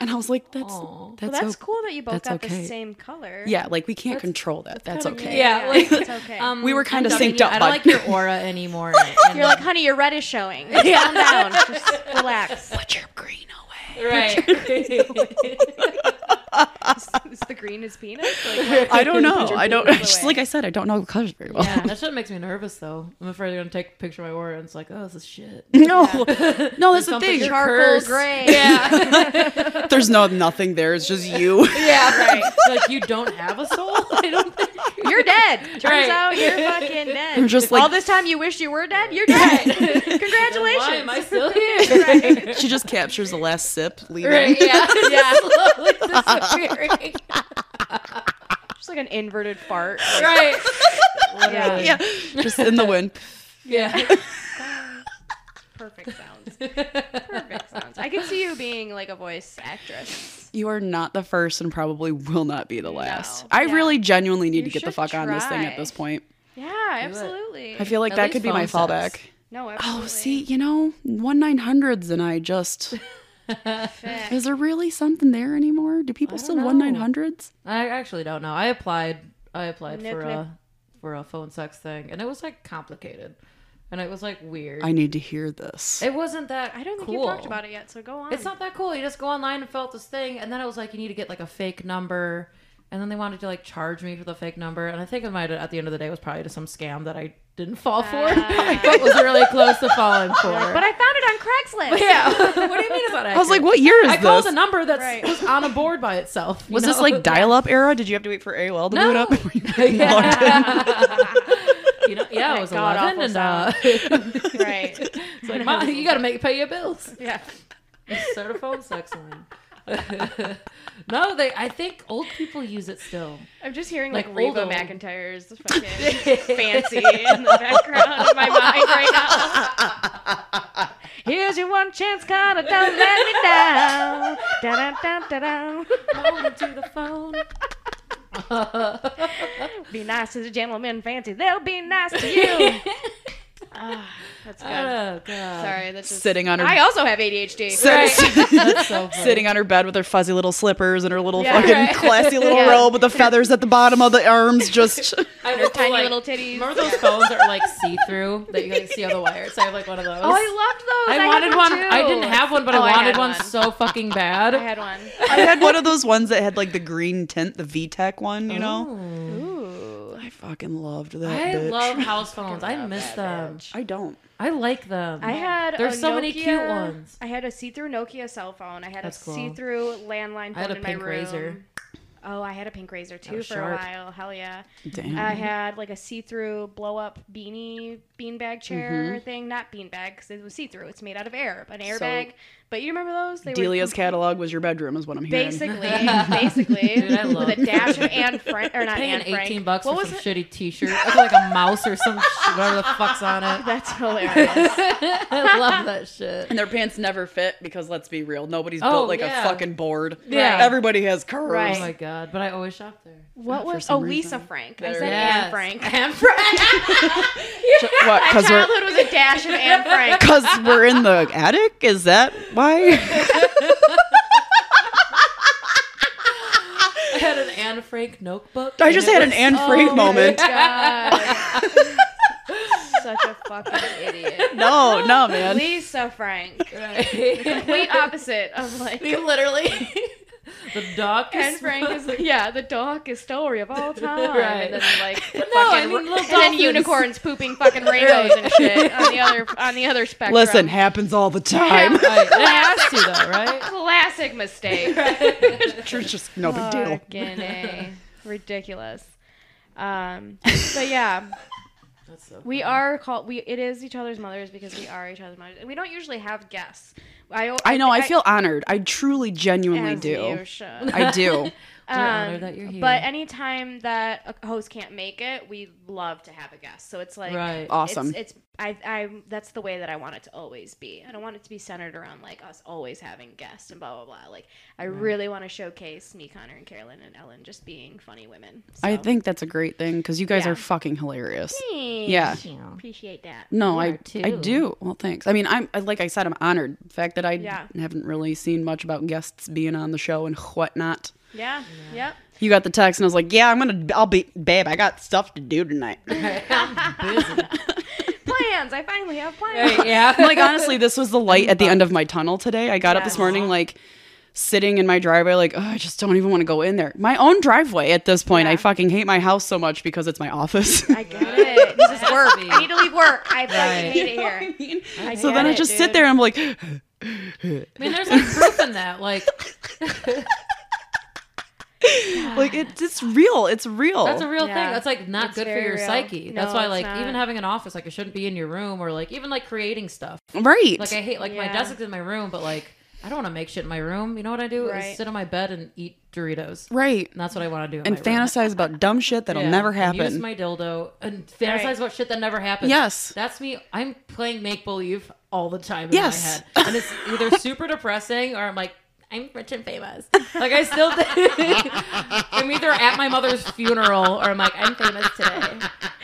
D: and I was like, "That's
C: Aw.
D: that's,
B: well, that's
D: o-
B: cool that you both
D: that's
B: got
D: okay.
B: the same color.
D: Yeah, like we can't control that. That's, okay.
C: Yeah, like-
B: it's okay. [LAUGHS]
D: We were kinda
C: I'm
D: synced
C: done.
D: up,
C: Um, I
D: bud.
C: don't like your
D: [LAUGHS]
C: aura anymore. [LAUGHS] And-
B: You're like, honey, your red is showing. [LAUGHS] Calm down. Just relax.
D: Put your green away.
C: [LAUGHS] right.
B: Is the green his penis? Like,
D: [LAUGHS] I don't know.
B: your
D: I don't.
B: green
D: [LAUGHS] Just
B: away.
D: like I said, I don't know the colors very well.
C: [LAUGHS] yeah, that shit makes me nervous though. I'm afraid they're gonna take a picture of my aura and it's like, oh, this is shit.
D: [LAUGHS] No, no, that's the
C: Something
D: thing.
C: your
B: charcoal
C: curse.
B: gray.
C: [LAUGHS] Yeah,
D: There's no nothing there. It's just you.
C: yeah, right. like you don't have a soul. [LAUGHS] I don't think.
B: [LAUGHS] You're [LAUGHS] dead. Turns
C: Right.
B: out you're [LAUGHS] fucking dead.
D: I'm just
B: all
D: like-
B: this time you wished you were dead.
D: [LAUGHS]
B: You're dead. Congratulations.
C: Why
B: [LAUGHS]
C: am I still [LAUGHS] here? right.
D: she just captures the last sip, leaving.
C: [LAUGHS] Yeah. Yeah. Slowly disappearing.
B: [LAUGHS] Just like an inverted fart.
C: [LAUGHS] right.
B: yeah.
D: Yeah, [LAUGHS] just in the wind.
C: [LAUGHS] Yeah.
B: Perfect [LAUGHS] sounds. Perfect sounds. I could see you being like a voice actress.
D: You are not the first, and probably will not be the last.
B: No.
D: I
B: Yeah.
D: really genuinely
B: You
D: need to get the
B: should
D: fuck on this thing
B: try.
D: at this point.
B: Yeah, absolutely.
D: I feel like
C: At
D: that
C: least
D: could be my
C: phone
D: fallback.
C: sex.
B: no,
D: Oh,
B: absolutely.
D: see, you know, one nine hundreds, and
C: [LAUGHS]
D: I just [LAUGHS]
B: Fact.
D: is there really something there anymore? Do people
C: I don't
D: still
C: know.
D: one nine hundreds?
C: I actually don't know. I applied. I applied
B: Nope,
C: for
B: nope.
C: a for a phone sex thing, and it was like complicated, and it was like weird.
D: I need to hear this.
C: it wasn't that.
B: I don't think
C: cool.
B: you've talked about it yet, so go on.
C: It's not that cool. You just go online and fill out this thing, and then it was like you need to get like a fake number, and then they wanted to like charge me for the fake number, and I think it might have, at the end of the day it was probably just some scam that I didn't fall for, [LAUGHS] but was really close to falling for.
B: But I found it on [LAUGHS] Craigslist.
C: yeah, what do you mean about it?
D: [LAUGHS] I was like, what year is
C: I called
D: this?
C: a number that
B: Right.
C: was on a board by itself. you
D: [LAUGHS] Was this
C: know? [LAUGHS]
D: like dial up era? Did you have to wait for AOL to boot
C: No.
D: up? [LAUGHS] before you got logged
C: [LAUGHS]
D: in?
C: yeah. [LAUGHS] you know, yeah, it was
B: God,
C: 11 and uh,
B: awful
C: it's [LAUGHS]
D: [LAUGHS]
B: Right.
C: like, Mom, you got to make pay your bills.
B: Yeah.
C: Start a phone sex line. [LAUGHS] no, they. I think old people use it still.
B: I'm just hearing like,
C: Like, old,
B: Reba [LAUGHS]
C: old.
B: McIntyre's fucking fancy in the background of my mind right now. Here's your one chance, Connor. Don't let me down. Da da da da
C: Home to the phone.
B: Be nice to the gentleman, fancy. They'll be nice to you. Ah, that's good.
C: Oh god.
B: Sorry, that's just.
D: Sitting on her
B: I
D: [LAUGHS]
B: also have ADHD.
C: [LAUGHS]
D: sit- [LAUGHS]
C: That's so funny.
D: sitting on her bed with her fuzzy little slippers and her little
B: Yeah.
D: fucking
B: Right.
C: [LAUGHS]
D: classy little
B: Yeah.
D: robe with the feathers at the bottom of the arms. Just
C: I will,
B: Tiny
C: like-
B: little titties.
C: Remember those phones that are like see through that you can see on the wires? I have like one of those.
B: Oh, I loved those.
C: I
B: had
C: wanted one. I
B: too.
C: didn't have one, but
B: Oh, I
C: I
B: had
C: wanted one,
B: one.
C: so fucking bad.
B: I had one.
D: I had one of those ones that had like the green tint, the VTech one. You know,
C: Ooh.
B: Ooh.
D: I fucking loved that.
C: Oh. I
D: bitch.
C: love house phones. I miss them.
D: I don't.
C: I like them.
B: I had
C: There's
B: a
C: so many
B: Nokia-
C: cute ones.
B: I had a see-through Nokia cell phone. I had
C: That's
B: a
C: cool.
B: see-through landline phone
C: I had a
B: in
C: pink
B: my room.
C: razor.
B: Oh, I had a pink razor too
C: was
B: for a
C: sharp.
B: while. Hell yeah!
C: [LAUGHS]
D: Damn.
B: I had like a see-through blow-up
C: Mm-hmm.
B: beanie beanbag chair thing. Not beanbag because it was see-through. It's made out of air. An airbag But you remember those? They
D: Delia's
B: were
D: catalog was your bedroom, is what I'm hearing.
B: basically,
C: [LAUGHS]
B: basically,
C: Dude, I
B: with a
C: love-
B: dash of Anne Frank or not
C: Paying
B: Anne Frank.
C: 18 bucks
B: What
C: for
B: was
C: some
B: it? [LAUGHS]
C: shitty t-shirt. It looked like a mouse or some sh- whatever the fuck's on it. [LAUGHS]
B: That's hilarious.
C: I love that shit.
D: And their pants never fit because let's be real, nobody's
C: Oh,
D: built like
C: yeah.
D: a fucking board.
C: Yeah.
D: Everybody has curves.
B: Right.
C: Oh my god, but I always shop there.
B: What
D: For
B: was? Oh,
D: some
B: Lisa
D: reason.
B: Frank. I
D: There
B: said
D: it
B: Anne Frank.
C: Anne Frank.
D: What?
B: My
D: Because we're
B: childhood [LAUGHS] was a dash of
C: [LAUGHS]
B: Anne Frank.
D: because we're in the attic. Is that why?
C: I had an Anne Frank notebook.
D: I
C: and
D: just
C: it
D: had an
C: was-
D: Anne Frank
B: Oh my [LAUGHS]
D: moment.
B: God. Such a fucking [LAUGHS] idiot.
D: No, no, man.
B: Lisa Frank.
C: Right.
B: Complete opposite of like
C: We literally [LAUGHS] the dog
B: [LAUGHS] Anne Frank is yeah the darkest story of all time.
C: [LAUGHS] Right.
B: And then like the
C: No, I
B: fucking,
C: mean little
B: and then unicorns
C: [LAUGHS]
B: pooping fucking rainbows and shit on the other on the other spectrum.
D: Listen, happens all the time. [LAUGHS]
C: [LAUGHS] Right. It has to though, right?
B: classic mistake.
D: It's just no big deal.
B: Fucking
C: [LAUGHS]
B: A. ridiculous. Um, so yeah,
C: [LAUGHS] That's so
B: we are called we. It is each other's mothers because we are each other's mothers, and we don't usually have guests. I al-
D: I know. I feel honored. I truly, genuinely
B: as
D: do.
B: you should.
D: I
B: [LAUGHS]
D: do.
C: We're honored that you're here.
B: Um, But anytime that a host can't make it, we love to have a guest. So it's like
C: Right.
D: Awesome.
B: It's, it's I I that's the way that I want it to always be. I don't want it to be centered around like us always having guests and blah blah blah. Like I really want to showcase me, Connor, and Carolyn and Ellen just being funny women. So.
D: I think that's a great thing because you guys
B: Yeah.
D: are fucking hilarious.
B: Thanks.
D: Yeah.
C: Yeah.
B: appreciate that.
D: No,
C: You
D: I
C: are too.
D: I do. Well, thanks. I mean, I'm I- like I said, I'm honored. The fact that I
B: Yeah.
D: haven't really seen much about guests being on the show and whatnot.
B: Yeah, yep.
D: You got the text, and I was like, "Yeah, I'm gonna. I'll be, babe. I got stuff to do
B: [LAUGHS]
D: tonight."
C: I'm busy.
B: plans. I finally have plans.
C: Right,
D: [LAUGHS]
C: yeah.
D: like honestly, this was the light at the end of my tunnel today. I got up
B: Yes.
D: this morning like sitting in my driveway, like oh, I just don't even want to go in there. My own driveway at this point.
B: Yeah.
D: I fucking hate my house so much because it's my office.
B: I get it. This is work.
C: Busy.
B: I need to leave work. I fucking
C: Right.
B: hate it
C: [LAUGHS]
B: here. I
D: so
B: get
D: then I
B: it,
D: just
B: dude.
D: sit there and I'm like, [GASPS]
C: I mean, there's like proof in that. Like
D: like it's it's real. It's real.
C: that's a real
B: Yeah.
C: thing. That's like not
B: It's
C: good for
B: very
C: your
B: real.
C: psyche.
B: No,
C: that's why
B: it's
C: like
B: not.
C: even having an office, like it shouldn't be in your room or like even like creating stuff.
D: right.
C: Like I hate like my
B: Yeah.
C: desk is in my room, but like I don't want to make shit in my room. You know what I do?
B: Right.
C: Is sit on my bed and eat Doritos.
D: right.
C: And that's what I want to do. in
D: And
C: my room.
D: fantasize about dumb shit that'll
C: Yeah.
D: never
C: And
D: happen.
C: Use my dildo and fantasize
B: Right.
C: about shit that never happened.
D: Yes.
C: that's me. I'm playing make believe all the time in
D: Yes.
C: my head, and
D: [LAUGHS]
C: it's either super depressing or I'm like. I'm rich and famous. Like I
D: [LAUGHS]
C: still, [LAUGHS] I'm either at my mother's funeral or I'm like I'm famous today.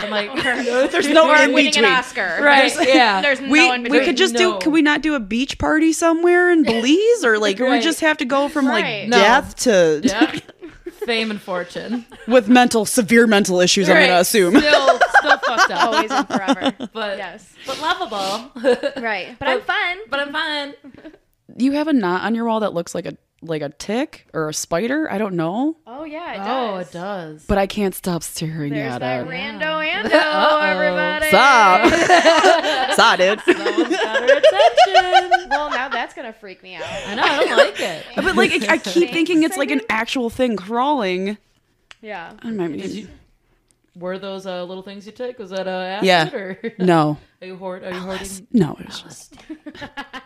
C: I'm like, [LAUGHS]
D: There's no
B: Or
D: in
B: winning
D: between.
B: an Oscar.
C: right? yeah.
B: There's no
D: we
B: in
D: we
B: between.
D: could just
C: No.
D: do. Can we not do a beach party
C: [LAUGHS]
D: somewhere in Belize, or like we
C: Right.
D: just have to go from
B: Right.
D: like
C: No.
D: death to
C: yeah. Fame and fortune.
D: [LAUGHS] with mental severe mental issues? I'm
C: Right.
D: gonna
C: [LAUGHS]
D: assume.
C: Still, still fucked up.
B: always and forever. [LAUGHS]
C: but
B: yes.
C: but lovable. [LAUGHS]
B: Right. But I'm fun.
C: But I'm fine.
D: You have a knot on your wall that looks like a like a tick or a spider. I don't know,
B: Oh yeah, it
C: Oh,
B: does.
C: it does.
D: but I can't stop staring
B: There's
D: at
B: that
D: it.
B: rando [LAUGHS] ando, everybody.
D: Stop.
B: [LAUGHS]
C: [LAUGHS]
D: Stop, dude.
C: Someone's got her attention.
B: [LAUGHS] Well, now that's gonna freak me out.
C: I know. I don't like it.
D: But like,
C: [LAUGHS]
D: I- I keep thinking it's like an actual thing crawling.
B: Yeah.
D: I might be-
C: Did you, were those uh, little things you took? Was that uh, acid
D: Yeah. Oh,
C: or [LAUGHS]
D: no,
C: are you hoard? Are you hoarding?
D: no, it was
C: Oh, [LAUGHS]
D: just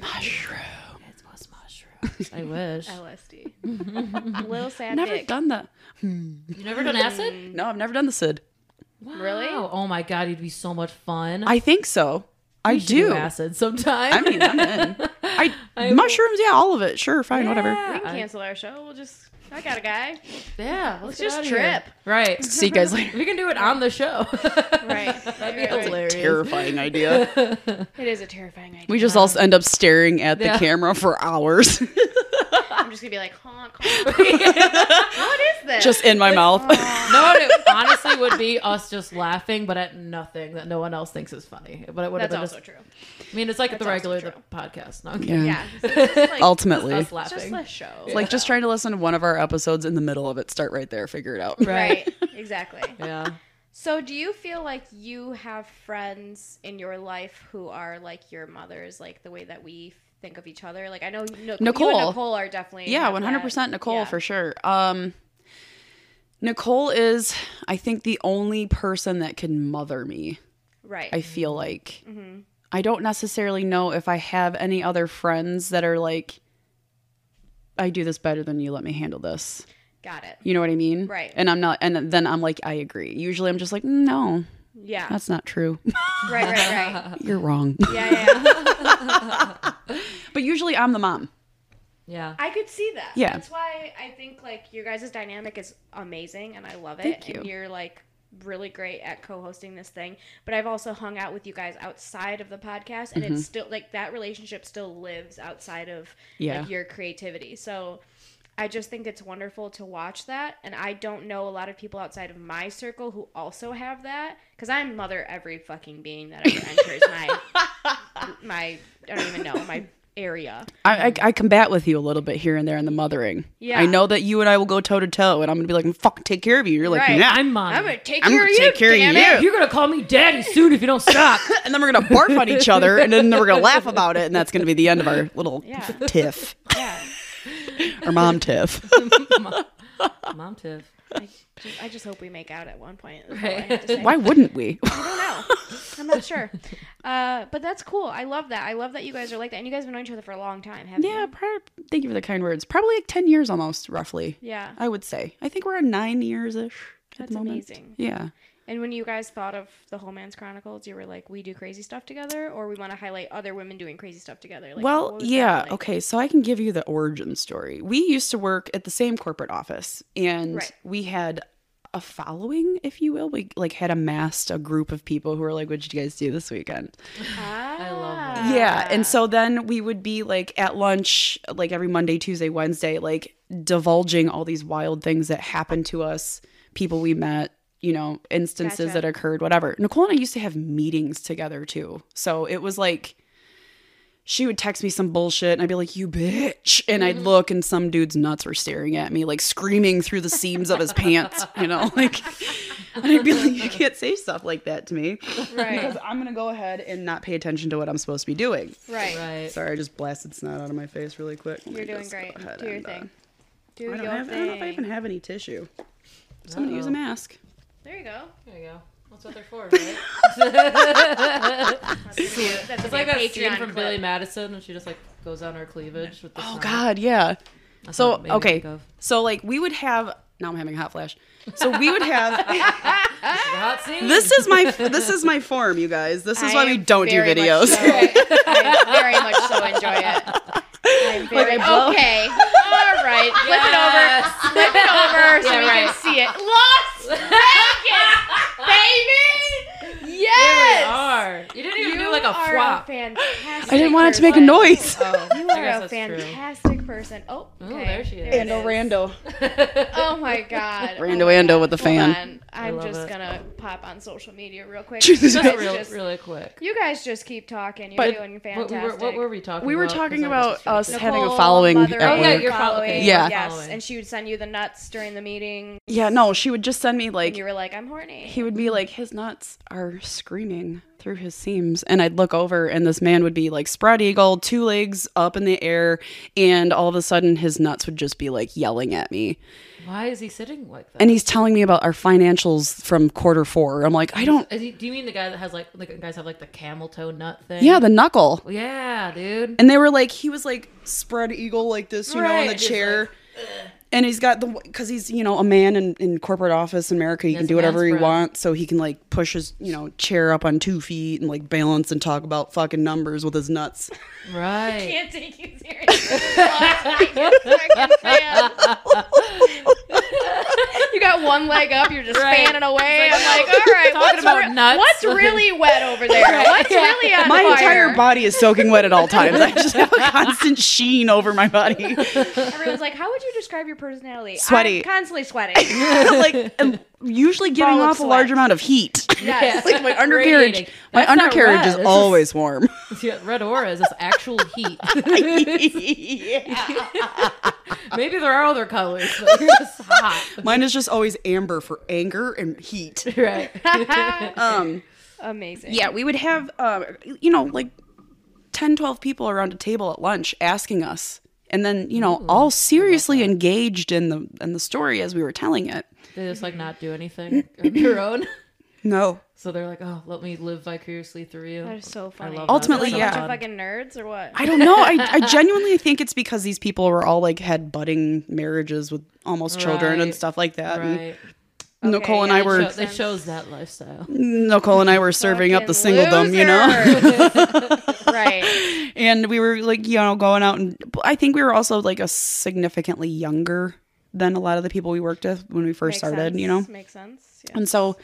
D: mushroom.
C: It was mushrooms.
B: [LAUGHS]
C: I wish.
D: [LAUGHS]
B: LSD. Little sad
D: Never
B: dick.
D: done that.
C: You never done acid?
D: No, I've never done the Sid.
B: Really?
C: Wow. Oh my god, you'd be so much fun.
D: I think so. I
C: You should do
D: do.
C: acid sometime.
D: I mean, I'm
C: [LAUGHS]
D: in. I, mushrooms, yeah, all of it. Sure, fine, whatever.
B: We can
C: Yeah, I-
B: cancel our show. We'll just. I got a guy.
C: yeah.
B: Let's
C: Let's, get
B: just
C: out of here.
B: trip.
C: Right.
D: See
C: [LAUGHS]
D: you guys later.
C: We can do it on the show. [LAUGHS]
B: Right.
C: That'd be
B: Right, right.
C: hilarious. [LAUGHS]
D: Terrifying idea.
B: It is a terrifying idea.
D: We just all end up staring at the
C: Yeah.
D: camera for hours, [LAUGHS]
B: I'm just gonna be like, honk, honk. what is this?
D: just in my mouth. [LAUGHS]
C: No, it honestly would be us just laughing, but at nothing that no one else thinks is funny. But it would have
B: That's also
C: been just,
B: true.
C: I mean, it's like the
B: also
C: regular
B: true.
C: the podcast. No, I'm kidding.
D: yeah.
B: Yeah.
D: [LAUGHS]
B: so it's just like-
D: Ultimately,
C: us
B: it's just
C: laughing.
B: a show.
D: like just trying to listen to one of our episodes in the middle of it. Start right there. Figure it out.
B: right. Exactly.
C: Yeah.
B: So, do you feel like you have friends in your life who are like your mothers, like the way that we think of each other? Like, I know Nic- you and
D: Nicole.
B: Nicole are definitely
D: Yeah,
B: have
D: one hundred
B: that-
D: percent Nicole
B: yeah.
D: for sure. Um, Nicole is, I think, the only person that can mother me.
B: Right. Mm-hmm.
D: I feel like I don't necessarily know if I have any other friends that are like, I do this better than you. Let me handle this.
B: Got it.
D: You know what I mean?
B: Right.
D: And I'm not, and then I'm like, I agree. Usually I'm just like, no,
B: Yeah.
D: that's not true. [LAUGHS]
B: right, right, right.
D: You're wrong.
B: Ah. Yeah, yeah, yeah.
D: [LAUGHS] But usually I'm the mom.
C: Yeah.
B: I could see that.
D: Yeah.
B: That's why I think like your guys' dynamic is amazing and I love it.
D: Thank
B: And
D: you.
B: you're like really great at co-hosting this thing. But I've also hung out with you guys outside of the podcast and
D: Mm-hmm.
B: it's still like that relationship still lives outside of
D: Yeah.
B: like your creativity. So I just think it's wonderful to watch that and I don't know a lot of people outside of my circle who also have that cuz I mother every fucking being that ever enters my
D: [LAUGHS]
B: my I don't even know, my area.
D: I, I, I combat with you a little bit here and there in the mothering.
B: Yeah.
D: I know that you and I will go toe to toe, and I'm gonna be like, "Fuck, take care of you." You're like,
B: Right.
D: "Nah."
C: I'm mom.
B: I'm going to take
D: I'm
B: care
D: gonna
B: of you.
D: take care of
B: damn
D: you.
B: it.
C: You're gonna call me daddy soon if you don't stop.
D: and then we're gonna barf on each other, and then we're gonna laugh about it, and that's gonna be the end of our little
B: Yeah.
D: tiff,
B: Yeah.
D: our mom [LAUGHS] tiff.
C: [LAUGHS] Mom Tiff.
B: I just, I just hope we make out at one point. is all I have to say.
D: [LAUGHS] Why wouldn't we?
B: I don't know. I'm not
D: [LAUGHS]
B: sure. Uh, but that's cool. I love that. I love that you guys are like that. And you guys have known each other for a long time, haven't
D: yeah,
B: you?
D: prob- thank you for the kind words. Probably like ten years almost, roughly.
B: Yeah.
D: I would say. I think we're at nine years ish.
B: That's
D: the moment.
B: amazing.
D: Yeah.
B: And when you guys thought of the Whole Man's Chronicles, you were like, we do crazy stuff together, or we want to highlight other women doing crazy stuff together. Like, what
D: well,
B: was that
D: yeah.
B: like?
D: Okay. So I can give you the origin story. We used to work at the same corporate office and
B: Right.
D: we had a following, if you will. We like had amassed a group of people who were like, What did you guys do this weekend?
B: Ah,
C: love
D: Yeah. And so then we would be like at lunch, like every Monday, Tuesday, Wednesday, like divulging all these wild things that happened to us, people we met, you know, instances
B: Gotcha.
D: that occurred, whatever. Nicole and I used to have meetings together too. So it was like, she would text me some bullshit and I'd be like, you bitch. And I'd look and some dude's nuts were staring at me, like screaming through the seams of his pants, you know? [LAUGHS] Like, and I'd be like, you can't say stuff like that to me. Because
B: Right.
D: I'm going to go ahead and not pay attention to what I'm supposed to be doing.
B: Right.
C: Right.
D: Sorry, I just blasted snot out of my face really quick. Let
B: You're
D: me
B: doing
D: just go
B: great.
D: ahead
B: Do your
D: and, uh,
B: thing. Do your
D: I, don't have, I don't know if I
B: thing. Oh.
D: even have any tissue. So I'm going to use a
C: Uh-oh.
D: mask.
B: There you go.
C: Oh, There you go. That's what they're for,
B: [LAUGHS]
C: right?
B: That's
C: It's like that scene
B: Patreon
C: from
B: clip.
C: Billy Madison, and she just like goes on her cleavage with the.
D: Oh,
C: sun.
D: God, yeah.
C: That's
D: So
C: what it made me think
D: okay,
C: of.
D: so like we would have. Now I'm having a hot flash. So we
B: [LAUGHS]
D: would have.
C: The hot scene.
D: this is my this is my form, you guys. This is
B: I
D: why we
B: am
D: don't do
B: very much
D: videos.
B: so- I very much so enjoy it. I'm very
D: blow-
B: okay. All right, flip it over,
D: [LAUGHS]
B: flip it over, so
C: Yeah,
B: we
C: right.
B: can see it. Las Vegas, baby.
C: Here we
B: Yes.
C: are. You didn't even
B: You
C: do like a
B: are
C: flop.
B: fantastic.
D: [LAUGHS] I didn't want it to make a
B: person.
D: noise. [LAUGHS]
C: Oh,
B: [LAUGHS] You
C: I
B: are
C: guess
B: a
C: that's true.
B: fantastic person. Oh,
C: Ooh,
B: okay.
C: there she is.
B: it
D: Ando Rando.
B: Oh my god.
D: [LAUGHS] Rando
B: oh my
D: Ando
B: God.
D: with the
B: Hold
D: fan.
B: on. I'm
C: love
B: just
C: it.
B: gonna pop on social media real quick.
D: Jesus.
B: You guys
C: Just
D: That's
C: real,
B: just-
C: really quick.
B: You guys just keep talking. You're
D: But
B: doing
C: What, we
B: fantastic.
C: were, what were we talking about?
D: We were
C: 'Cause
D: talking
C: I got
D: about us
C: distracted.
D: having a following
B: mother
D: at
B: of
C: Oh, yeah,
B: the
D: work.
C: you're follow- okay,
D: Yeah.
B: Yes,
C: following.
B: and she would send you the nuts during the meeting.
D: Yeah, no, she would just send me
B: And
D: like
B: you were like, "I'm horny."
D: he would be like his nuts are screaming through his seams and i'd look over and this man would be like spread eagle two legs up in the air and all of a sudden his nuts would just be like yelling at me
C: Why is he sitting like that?
D: and he's telling me about our financials from quarter four i'm like i don't
C: Is he, do you mean the guy that has like like the guys have like the camel toe nut thing?
D: yeah the knuckle
C: Yeah, dude.
D: and they were like he was like spread eagle like this you know in the
C: Right, just
D: chair and he's got the because he's you know a man in, in corporate office in america he can do whatever he
C: manspread.
D: wants so he can like push his you know chair up on two feet and like balance and talk about fucking numbers with his nuts [LAUGHS]
C: [LAUGHS] Right.
B: Can't take you seriously. [LAUGHS] you
C: [LAUGHS]
B: got one leg up. You're just
C: Right. "Oh,
B: fanning away. I'm like, all right, what's,
C: about
B: re-
C: nuts."
B: what's really wet over there? What's really on
D: my
B: fire?
D: entire body is soaking wet at all times i just have a
B: [LAUGHS]
D: constant sheen over my body [LAUGHS]
B: Everyone's like, "How would you describe your personality?"
D: Sweaty.
B: I'm constantly
C: [LAUGHS]
B: sweating.
D: like and usually giving
B: Ball of
D: off a large
B: sweat.
D: amount of heat
B: Yes.
D: like my
C: Radiating.
D: undercarriage my
C: That's not
D: undercarriage
C: red.
D: is
C: This is-
D: always warm
C: Yeah, Red aura is this actual heat.
D: [LAUGHS] yeah.
C: Maybe there are other colors, but you're just
D: [LAUGHS]
C: hot.
D: mine is just always amber for anger and heat [LAUGHS]
C: [LAUGHS] Right.
D: um
B: Amazing.
D: Yeah, we would have, uh, you know, like 10, 12 people around a table at lunch asking us. And then, you know, all seriously engaged in the in the story as we were telling it.
C: They just like not do anything on their own.
D: No.
C: So they're like, oh, let me live vicariously through you.
B: That is so funny.
C: love that
D: Ultimately,
C: so
B: like
D: yeah.
B: a bunch
C: much.
B: of fucking nerds or what?
D: I don't know. I, [LAUGHS] I genuinely think it's because these people were all like had budding marges with almost children and
C: Right.
D: stuff like that. And
C: Right.
B: Okay,
D: Nicole and
B: yeah,
D: I
B: it
D: were
C: Show- they chose that
D: [LAUGHS]
C: lifestyle.
D: Nicole and I were serving up the singledom, you know.
B: know.
D: [LAUGHS]
B: right.
D: And we were like, you know, going out and I think we were also like a significantly younger than a lot of the people we worked with when we first
B: Makes
D: started,
B: sense.
D: you know.
B: Makes sense. Yeah.
D: And so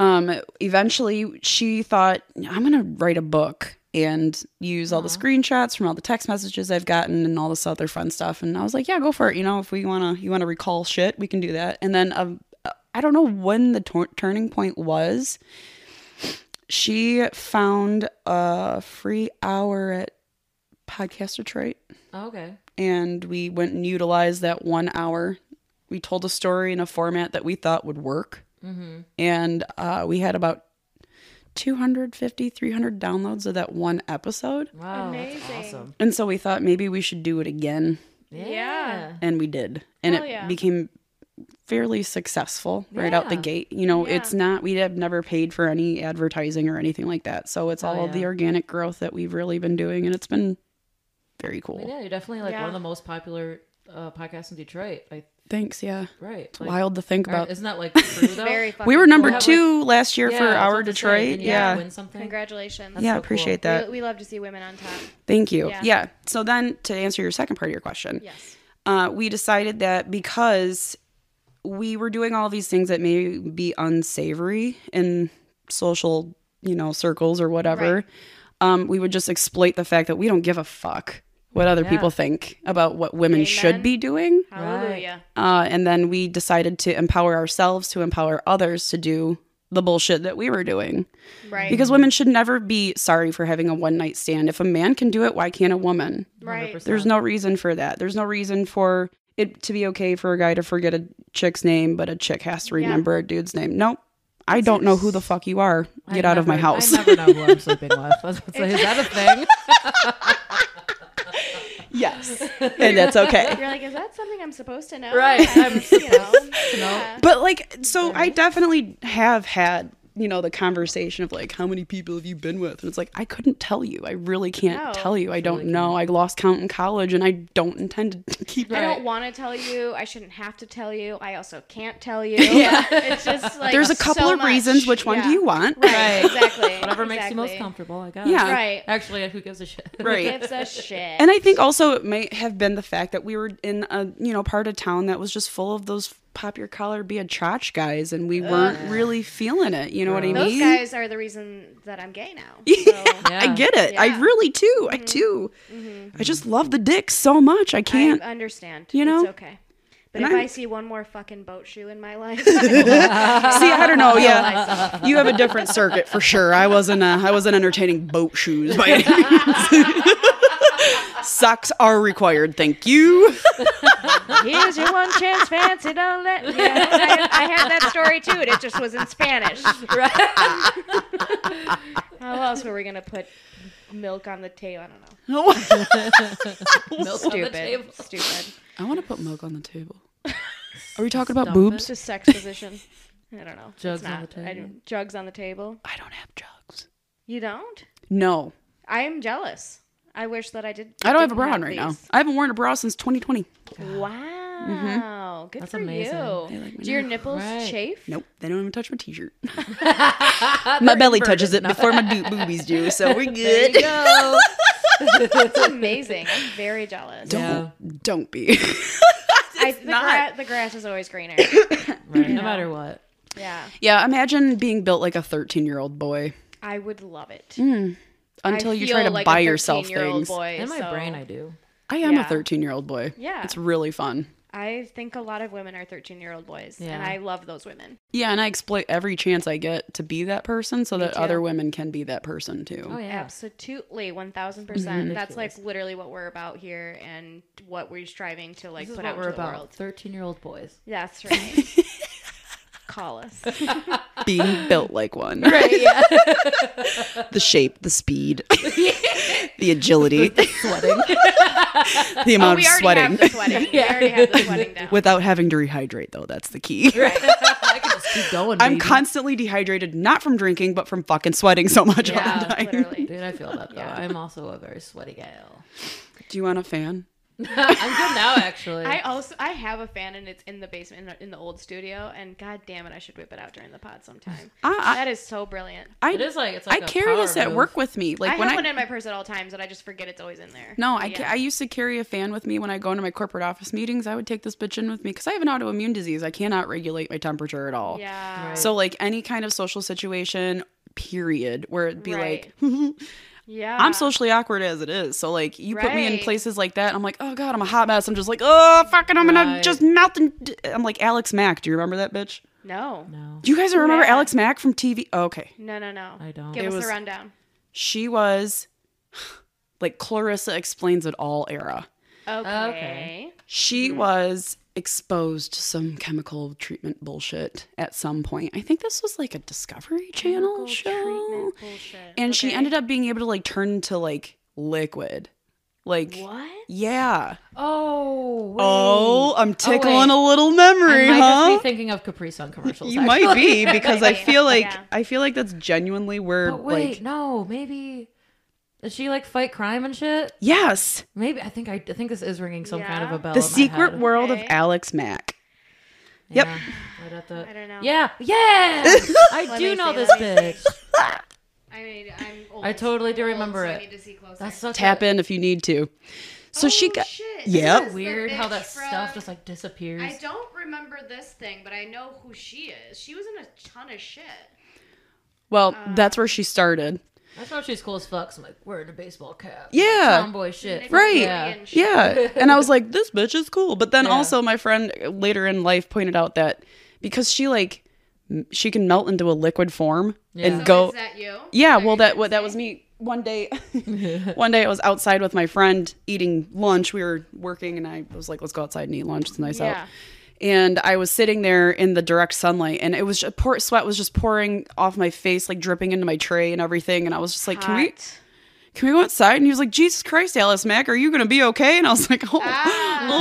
D: um eventually she thought I'm going to write a book and use all the screenshots from all the text messages I've gotten and all this other fun stuff and I was like, yeah, go for it, you know, if we want to you want to recall shit, we can do that. And then um, uh, I don't know when the tor- turning point was. She found a free hour at Podcast Detroit
C: Oh, okay.
D: and we went and utilized that one hour. We told a story in a format that we thought would work.
C: Mm-hmm.
D: And uh, we had about 250, 300 downloads of that one episode.
C: Wow.
B: Amazing.
C: That's awesome.
D: And so we thought maybe we should do it again.
C: Yeah.
B: Yeah.
D: And we did. And
B: Hell
D: it
B: yeah.
D: became fairly successful right out the
C: Yeah.
D: gate. You know,
B: Yeah.
D: it's not, we have never paid for any advertising or anything like that. So it's
C: Oh,
D: all the
C: yeah.
D: organic growth that we've really been doing. And it's been very
C: I
D: cool.
C: mean, yeah, you're definitely like
B: Yeah.
C: one of the most popular uh, podcasts in Detroit. I,
D: Thanks. Yeah.
C: right. It's
D: Wild to think about.
C: Isn't that like true though?
B: Very fucking
D: We were number
B: cool.
C: have,
D: two last year
C: Yeah,
D: for
C: I was
D: our
C: about to say,
D: Detroit.
C: didn't you, like,
D: yeah.
C: Win something.
B: Congratulations.
D: yeah,
C: so
D: appreciate
B: We-
D: that.
B: We, love to see women on top.
D: Thank you.
B: Yeah.
D: Yeah. So then to answer your second part of your question,
B: Yes.
D: uh, we decided that because we were doing all these things that may be unsavory in social, you know, circles or whatever,
B: Right.
D: um, we would just exploit the fact that we don't give a fuck what other people think about what women
B: Amen.
D: should be doing.
B: Hallelujah.
D: Uh, and then we decided to empower ourselves to empower others to do the bullshit that we were doing.
B: Right.
D: Because women should never be sorry for having a one night stand. If a man can do it, why can't a woman?
B: right.
D: There's no reason for that. There's no reason for it to be okay for a guy to forget a chick's name, but a chick has to
B: Yeah.
D: remember a dude's name. Nope. I don't know who the fuck you are. Get out of my house.
C: I never know who I'm sleeping with. I was about to say, is that a
B: [LAUGHS]
C: thing?
D: [LAUGHS] yes. and that's okay.
B: You're like, is that something I'm supposed to know?
C: Right,
B: I
C: I'm [LAUGHS]
B: just, you know.
C: No.
D: But like, so I definitely have had, you know, the conversation of like, how many people have you been with? And it's like, I couldn't tell you. I really can't
B: No.
D: tell you. I don't know. I lost count in college and I don't intend to [LAUGHS] keep
B: I
C: Right.
B: don't want to tell you. I shouldn't have to tell you. I also can't tell
C: [LAUGHS]
B: you. yeah. It's just like
D: There's a couple
B: so
D: of reasons.
B: much.
D: Which one
B: Yeah.
D: do you want?
B: Right. Exactly.
C: Whatever makes you most
B: Exactly.
C: comfortable, I guess.
D: Yeah.
B: Right.
C: Actually, who gives a shit? [LAUGHS]
D: Right.
B: Gives a shit.
D: And I think also it might have been the fact that we were in a you know part of town that was just full of those pop your collar be a trotch guys, and we weren't really feeling it. You know what I
B: Those
D: mean?
B: guys are the reason that I'm gay now.
D: [LAUGHS] Yeah,
B: So
D: I get it. I
B: Yeah.
D: really do. I do. I just love the dick so much. I can't.
B: I understand.
D: You know?
B: It's okay. But
D: And
B: if i
D: I'm-
B: see one more fucking boat shoe in my
D: [LAUGHS]
B: life, [LAUGHS]
D: See, I don't know. Yeah, you have a different circuit for sure. I wasn't. Uh, I wasn't entertaining boat shoes by any means. [LAUGHS] Socks are required. Thank you. [LAUGHS]
B: here's your one chance, fancy. Don't let. Yeah, I, I had that story too, and it just was in
D: [LAUGHS]
B: Spanish. How else were we gonna put milk on the table? I don't know.
D: I
C: Milk on the table.
D: [LAUGHS]
B: Stupid. Stupid.
D: want to put milk on the table. Are we talking about
C: Stop it.
D: boobs?
B: It's just sex position. I don't know. It's
C: Jugs on
B: not.
C: the
B: I
C: table.
B: don't- jugs on the table.
D: I don't have drugs.
B: You don't?
D: No,
B: I am jealous. I wish that I did.
D: I don't have a
B: didn't
D: bra on right now.
B: these.
D: I haven't worn a bra since 2020.
B: Wow. Good
C: Mm-hmm. That's
B: for
C: amazing.
B: you. Do your nipples
C: Right.
B: chafe?
D: Nope, they don't even touch my t-shirt. my belly touches it before my do- boobies do, so we're
C: There
D: good.
B: [LAUGHS]
C: you go.
B: That's amazing. I'm very jealous.
D: Don't,
C: Yeah.
D: don't be. [LAUGHS]
B: I, the, gra-
D: not.
B: the grass is always
D: [COUGHS]
B: greener.
C: Right, No matter what.
B: yeah.
D: yeah, imagine being built like a 13-year-old boy
B: I would love it.
D: Mm, until
B: I
D: you
B: feel
D: try to
B: like a
D: buy yourself
B: 13-year-old
D: things.
B: Boy,
C: In my
B: so
C: brain, I do.
D: I am
B: Yeah.
D: a 13-year-old boy.
B: Yeah.
D: It's really fun.
B: I think a lot of women are 13 year old boys, and
C: Yeah.
B: I love those women.
D: Yeah, and I exploit every chance I get to be that person so that other women can be that person too.
C: Oh, yeah.
B: Absolutely, 1000%.
D: Mm-hmm.
B: percent That's like literally what we're about here and what we're striving to like
C: This is
B: put
C: what
B: out
C: we're
B: to the
C: about.
B: world.
C: 13 year old boys.
B: That's right.
D: [LAUGHS]
B: Call us.
D: Being built like
B: [LAUGHS]
D: one.
C: Right, yeah.
D: [LAUGHS] the shape,
B: [LAUGHS]
D: the speed, the agility,
C: Sweating. [LAUGHS]
B: Oh,
D: the amount
B: we already
D: of [LAUGHS] sweating.
B: have the sweating. We already have the sweating down.
D: Without having to rehydrate, though, that's the key.
C: I can just keep going.
D: [LAUGHS] I'm
C: baby.
D: constantly dehydrated, not from drinking, but from fucking sweating so much all the
B: [LAUGHS]
C: Yeah,
D: time.
B: literally.
C: Dude, I feel that though. I'm also a very sweaty gal.
D: Do you want a fan?
C: I'm
B: [LAUGHS]
C: good now, actually.
B: I also I have a fan and it's in the basement in the, in the old studio and god damn it I should whip it out during the pod sometime.
D: [SIGHS] I- I-
B: that is so brilliant.
D: I
C: it is like it's
D: I
C: like a
D: carry
C: power
D: this at
C: move.
D: work with me. Like
B: I
D: when
B: have
D: I
B: one in my purse at all times and I just forget it's always in there.
D: no, I, ca-
B: Yeah.
D: I used to carry a fan with me when I go into my corporate office meetings. I would take this bitch in with me because I have an autoimmune disease. I cannot regulate my temperature at all.
B: Yeah.
C: Right.
D: So like any kind of social situation, period, where it'd be
B: Right.
D: like,
B: Yeah.
D: I'm socially awkward as it is. So like you put me in
B: Uh-huh. Right.
D: places like that, I'm like, oh god, I'm a hot mess. I'm just like, oh fucking, I'm gonna
C: Right.
D: just melt and d-" I'm like Alex Mack. Do you remember that bitch?
B: No.
C: No.
D: Do you guys remember
B: Yeah.
D: Alex Mack from TV? Oh, okay,
B: No, no, no.
C: I don't.
B: Give
D: It
B: us
D: was-
B: the rundown.
D: she was [SIGHS] like Clarissa explains it all era.
B: Okay.
C: Okay.
D: She
B: Mm-hmm.
D: was exposed to some chemical treatment bullshit at some point. I think this was like a Discovery Channel show.
B: Treatment bullshit.
D: And she
B: Okay.
D: ended up being able to like turn to like liquid. Like
B: What?
D: Yeah.
C: Oh. Wait.
D: Oh, I'm tickling
C: wait.
D: a little memory,
C: I might
D: huh?
C: just be thinking of Capri Sun commercials.
D: You
C: actually.
D: might be because
C: [LAUGHS]
D: I
B: Might be,
D: feel like
B: yeah.
D: I feel like that's genuinely where
C: But wait,
D: like
C: no, maybe. Does she like fight crime and shit?
D: yes,
C: Maybe I think I, I think this is ringing some kind of
B: Yeah.
C: a bell.
D: the
C: in Oh, my
D: secret
C: head.
D: world
B: Okay.
D: of Alex Mack.
C: Yeah,
D: Yep.
C: I'd have to-
B: I don't know.
C: Yeah,
D: [LAUGHS]
C: yeah. I
B: Let
C: do
B: me
C: know
B: see,
C: this
B: let me
C: [LAUGHS] bitch.
B: I mean, I'm old.
C: I totally do
B: Old,
C: remember
B: so I
C: it.
B: need to see closer.
C: That's such
D: Tap
C: a,
D: in if you need to. So she
B: Oh,
D: got
B: shit.
D: Yep.
B: This is the
C: Weird how
B: bitch
C: that stuff
B: from-
C: just like disappears.
B: I don't remember this thing, but I know who she is. She was in a ton of shit.
D: well, that's where she
C: uh,
D: started.
C: That's why she's cool as fuck. So I'm like wearing a baseball cap.
D: Yeah.
C: Tomboy shit.
D: Right.
C: Yeah.
B: And shit.
D: Yeah. And I was like, this bitch is cool. But then
C: Yeah.
D: also, my friend later in life pointed out that because she, like, m- she can melt into a liquid form
C: Yeah. So
D: and
B: So
D: go.
B: is that you?
D: yeah.
B: Is
D: Well,
B: your
D: that what, that
B: fantasy?
D: was me one day. [LAUGHS] one day I was outside with my friend eating lunch. We were working and I was like, let's go outside and eat lunch. It's nice
B: Yeah.
D: out. And I was sitting there in the direct sunlight and it was just, pour, sweat was just pouring off my face, like dripping into my tray and everything. And I was just like, can we, [LAUGHS]
B: Hot.
D: can we go outside? And he was like, Jesus Christ, Alice Mack, are you going to be okay? And I was like, oh, [LAUGHS] oh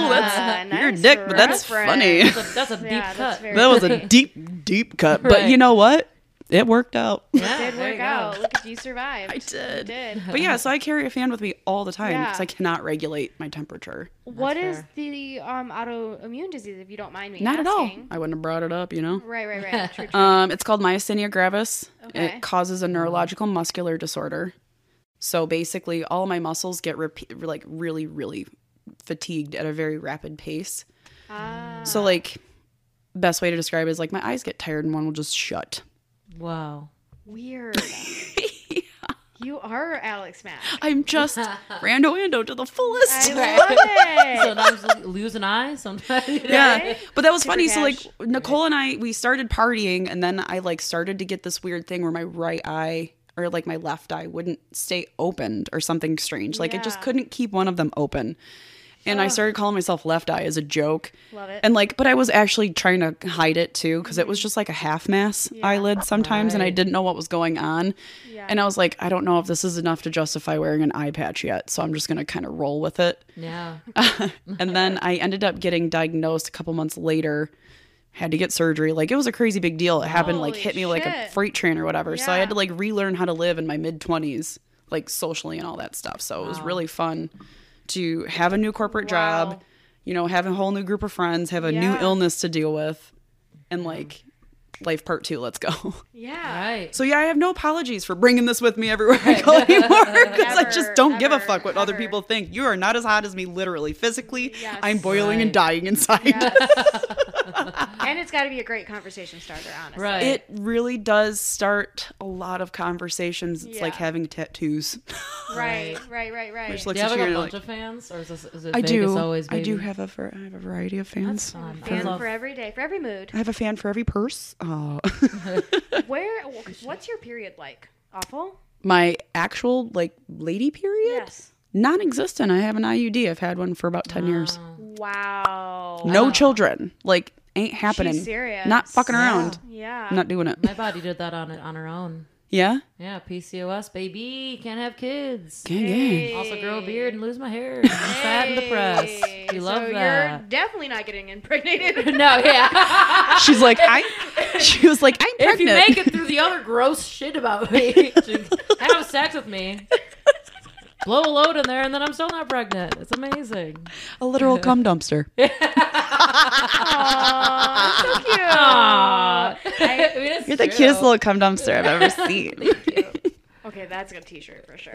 D: that's
B: Ah,
D: your
B: nice
D: dick, but that's
B: reference.
D: funny.
C: That's
B: [LAUGHS]
C: a, that's a deep
B: Yeah, that's
C: cut.
B: very
D: [LAUGHS] that was a deep, deep cut. But you
C: Right.
D: know what? It worked out.
C: yeah,
B: Did
C: there you
B: work
C: go.
B: out. Look at you survived.
D: I did. [LAUGHS]
B: Did.
D: But yeah, so I carry a fan with me all the time
B: Yeah.
D: because I cannot regulate my temperature.
B: What is
C: fair.
B: the um, autoimmune disease, if you don't mind me
D: Not at all.
B: asking?
D: I wouldn't have brought it up, you know?
B: Right, right,
D: [LAUGHS]
B: right. True, true.
D: Um, it's called myasthenia gravis.
B: Okay.
D: It causes a neurological muscular disorder. So basically, all my muscles get repe like really, really fatigued at a very rapid pace.
B: Ah.
D: So like best way to describe it is like my eyes get tired and one will just shut.
C: Wow.
D: [LAUGHS]
B: Weird. You are Alex Mack. [LAUGHS]
D: I'm just rando ando to the fullest.
B: I
D: [LAUGHS]
B: love it.
C: Sometimes lo- lose an eye. [LAUGHS] Sometimes.
D: yeah. But that was
B: Super
D: funny.
B: cash.
D: So like Nicole and I we started partying and then I like started to get this weird thing where my right eye or like my left eye wouldn't stay opened or something strange. Like I just
B: Yeah.
D: couldn't keep one of them open. And I started calling myself left eye as a joke.
B: Love it.
D: And like, but I was actually trying to hide it too because it was just like a half mass eyelid sometimes, and I
C: Right.
D: didn't know what was going on.
B: Yeah.
D: And I was like, I don't know if this is enough to justify wearing an eye patch yet, so I'm just gonna kind of roll with it.
C: Yeah.
D: [LAUGHS] and then I ended up getting diagnosed a couple months later. Had to get surgery. Like it was a crazy big deal. It happened like
B: Holy
D: hit me like a
B: shit.
D: freight train or whatever. So I had
B: Yeah.
D: to like relearn how to live in my mid twenties, like socially and all that stuff. So it was really fun to have a new corporate
B: Wow.
D: job, you know, have a whole new group of friends, have a new
B: Yeah.
D: illness to deal with, and like life part two. Let's go. [LAUGHS]
B: Yeah.
C: Right.
D: So yeah, I have no apologies for bringing this with me everywhere I go
B: [LAUGHS]
D: anymore because I
B: Ever,
D: just don't give a
B: ever,
D: fuck what other
B: ever.
D: people think. You are not as hot as me, literally, physically.
B: Yes.
D: I'm boiling and
C: Right.
D: dying inside.
B: and it's got to be a great conversation starter, honestly.
C: Right.
D: [LAUGHS] It really does start a lot of conversations. It's like
B: Yeah.
D: having tattoos.
B: Right, right, right, right.
D: Which looks
C: do you have like
D: at
C: a
D: you and you're
C: bunch
D: like,
C: of fans, or is, this, is it
D: I
C: Vegas
D: do.
C: always?
D: I
C: Baby?
D: do have a var- I have a variety of fans.
C: Fun. I
B: and
C: love-
B: for every day, for every mood.
D: I have a fan for every purse.
C: [LAUGHS]
D: Oh. [LAUGHS]
B: Where? What's your period like? Awful.
D: My actual like lady period,
B: Yes.
D: non-existent. I have an IUD. I've had one for about
C: Ah.
D: ten years.
B: Wow.
D: No children. Like ain't happening.
B: serious.
D: Not fucking around.
B: Yeah.
D: I'm not doing it.
C: My body did that on it on her own.
D: Yeah?
C: Yeah, PCOS, baby. Can't have kids.
D: Gang, gang.
C: Also grow a beard and lose my hair. I'm fat and depressed.
B: Hey,
C: You love
B: so
C: that.
B: You're definitely not getting impregnated. [LAUGHS]
C: [LAUGHS] No,
D: [LAUGHS]
C: yeah.
D: She's like, I. She was like, I'm
C: if you
D: pregnant.
C: make
D: [LAUGHS]
C: it through the other gross shit about [LAUGHS] me, just have sex with me. Blow a load in there, and then I'm still not pregnant. It's amazing.
D: a literal cum dumpster.
B: Aw, so cute.
C: Aw.
B: I-
C: I mean, it's
D: You're the
C: true.
D: cutest
B: [LAUGHS]
D: little cum dumpster I've ever seen.
B: Okay, that's a good T-shirt for sure.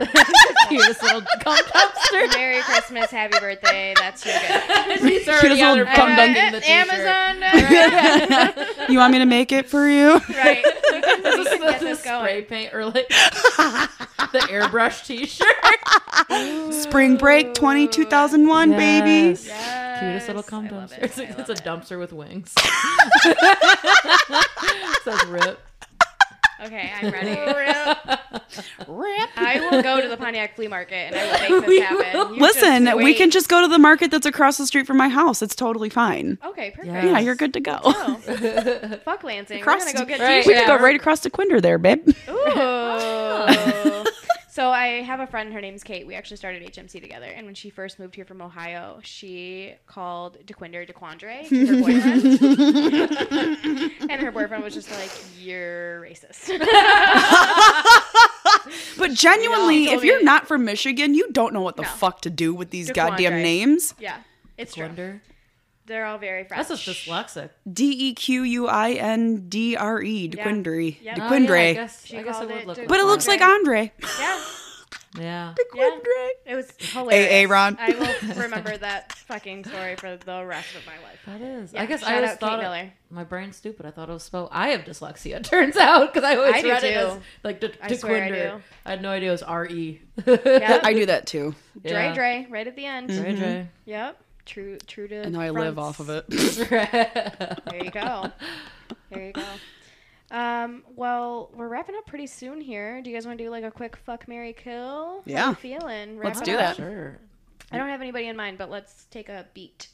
C: cutest little cum dumpster.
B: Merry Christmas, Happy Birthday. That's your
C: [LAUGHS]
B: good.
C: She's already
D: little
C: on her
D: cum
C: cum
D: dunk-
C: the t-shirt. [LAUGHS]
B: Amazon. Right.
D: you want me to make it for you?
B: right. We can- we
C: This
B: can [LAUGHS] [LAUGHS]
C: is
B: get
C: the- the
B: this
C: spray
B: going.
C: paint or
D: [LAUGHS]
C: like the airbrush T-shirt.
D: Spring break 20, 2001, baby.
C: Yes.
B: Yes,
C: Cutest little cum
B: I love
C: dumpster.
B: it,
C: It's,
B: I
C: like-
B: love
C: it's a
B: it.
C: dumpster with
D: [LAUGHS]
C: wings. [LAUGHS] Says rip. [LAUGHS]
B: Okay, I'm ready. I will go to the Pontiac Flea Market and I will make this
C: [LAUGHS] We
B: happen.
C: will.
B: You
D: Listen,
B: just
D: we
B: wait.
D: can just go to the market that's across the street from my house. It's totally fine.
B: Okay, perfect.
C: Yeah.
D: Yeah, you're good to go.
B: Oh,
C: [LAUGHS]
B: fuck Lansing.
D: Across
B: We're gonna go get
C: Right,
D: we
B: T-shirts.
D: could
C: yeah.
D: go right across to Quinder there, babe.
B: Ooh.
C: [LAUGHS]
B: [LAUGHS] so I have a friend. Her name's Kate. We actually started HMC together. And when she first moved here from Ohio, she called DeQuinder DeQuandre, her boyfriend.
C: [LAUGHS]
B: and her boyfriend [LAUGHS] was just like, "You're racist." [LAUGHS]
D: But genuinely,
B: Yeah.
D: if you're not from Michigan, you don't know what the
B: No.
D: fuck to do with these
B: Dequandre.
D: goddamn names.
B: yeah, it's true.
C: Wonder.
B: They're all very French.
C: That's just dyslexic.
D: D E Q U I N D R E,
B: Yeah.
D: DeQuindre.
B: Yep.
C: Oh,
D: DeQuindre.
C: yeah, I guess,
B: She
C: I guess it
B: called
C: would
B: it
C: look
B: to-
C: like
D: But it looks
C: that.
D: like Andre.
B: yeah.
C: Yeah.
B: [LAUGHS] Yeah.
D: DeQuindre.
B: It was hilarious.
D: Ron.
B: I will remember that fucking story for the rest of my life.
C: That is.
B: Yeah,
C: I guess
B: shout
C: I always
B: out Kate
C: thought it-
B: Miller.
C: my brain's stupid. I thought it was spelled. I have dyslexia. It turns out because I always
B: I do
C: read it
B: too.
C: as like de-
B: I swear I
C: dequinder.
B: do.
C: I had no idea it was R E. [LAUGHS]
B: Yeah.
D: I do that too.
B: Dre Dre, right at the end.
C: Dre.
B: Yep. True. True to.
D: And now I live
B: France.
D: off of it. [LAUGHS]
C: [LAUGHS]
D: Mm-hmm.
B: There you go. There you go. Um, well, we're wrapping up pretty soon here. Do you guys want to do like a quick fuck Mary kill? How
D: Yeah.
B: you feeling? Wrap
D: Let's
B: it
D: do
B: up.
D: that.
C: Sure.
B: I don't have anybody in mind, but let's take a beat.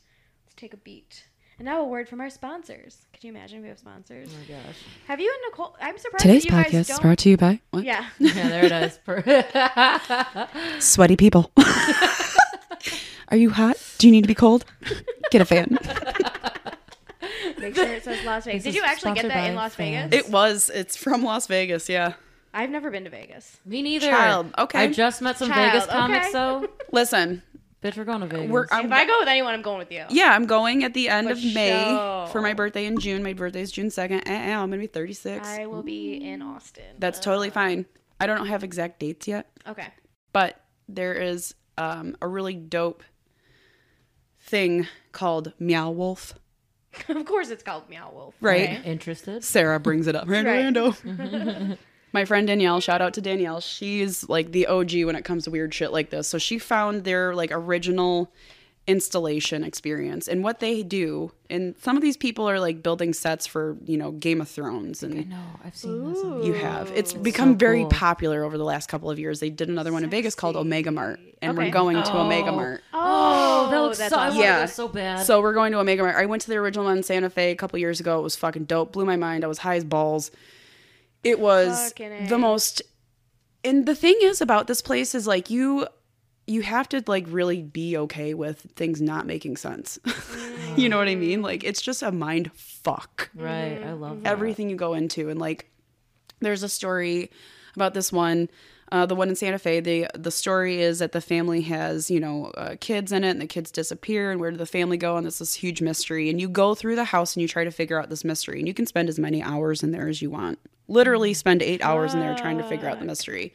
B: Let's take a beat. And now a word from our sponsors. Could you imagine if we have sponsors?
C: Oh my gosh.
B: Have you and Nicole? I'm surprised
D: Today's
B: that you
D: podcast
B: guys
D: is
B: don't.
D: brought to you by what? [LAUGHS]
B: yeah.
C: Yeah, there it is. Per-
D: sweaty people. [LAUGHS] Are you hot? Do you need to be cold? Get a fan.
B: Make sure it says Las Vegas.
C: This
B: Did you
C: is
B: actually get
C: sponsored
B: that
C: by
B: in Las
C: fans.
B: Vegas?
D: [LAUGHS] It was. It's from Las Vegas. Yeah.
B: I've never been to Vegas.
C: [LAUGHS] Me neither.
D: Child, okay.
C: I just met some
B: Child,
C: Vegas comics
B: okay.
C: though.
D: Listen,
C: Bitch, we're going to Vegas.
D: we're. I'm,
B: If I go with anyone, I'm going with you.
D: yeah, I'm going at the end
B: For
D: of May
B: sure.
D: for my birthday in June. My birthday is June second. Eh, eh, I'm gonna be 36.
B: I will be in Austin.
D: That's totally fine. I don't have exact dates yet,
B: Okay. [LAUGHS]
D: but there is um, a really dope thing called Meow Wolf.
B: of course, it's called Meow Wolf.
D: Right.
B: Okay.
C: interested.
D: Sarah brings it up.
B: Right. [LAUGHS]
D: Rando. My friend Danielle, shout out to Danielle. She's like the OG when it comes to weird shit like this. So she found their like original installation experience and what they do. And some of these people are like building sets for, you know, Game of Thrones and
C: No, I've seen this. On
D: you have. It's become very popular over the last couple of years. They did another one in Vegas called Omega Mart and
B: Okay.
D: we're going to
C: Oh.
D: Omega Mart.
B: Oh,
C: that looks
B: that's
C: so. I
B: awesome.
C: want
D: Yeah.
C: to go so bad.
D: So we're going to Omega Mart. I went to the original one in Santa Fe a couple years ago. It was fucking dope. Blew my mind. I was high as balls. It was
B: Fucking
D: the
B: A.
D: most and the thing is about this place is like you you have to like really be okay with things not making sense. [LAUGHS] you know what I
B: Mm.
D: mean? Like it's just a mind fuck
C: right,
B: Mm-hmm.
C: I love that.
D: everything you go into and like there's a story about this one uh, the one in santa fe the the story is that the family has you know uh, kids in it and the kids disappear and where did the family go and this is huge mystery and you go through the house and you try to figure out this mystery and you can spend as many hours in there as you want literally spend eight hours in there trying to figure out the mystery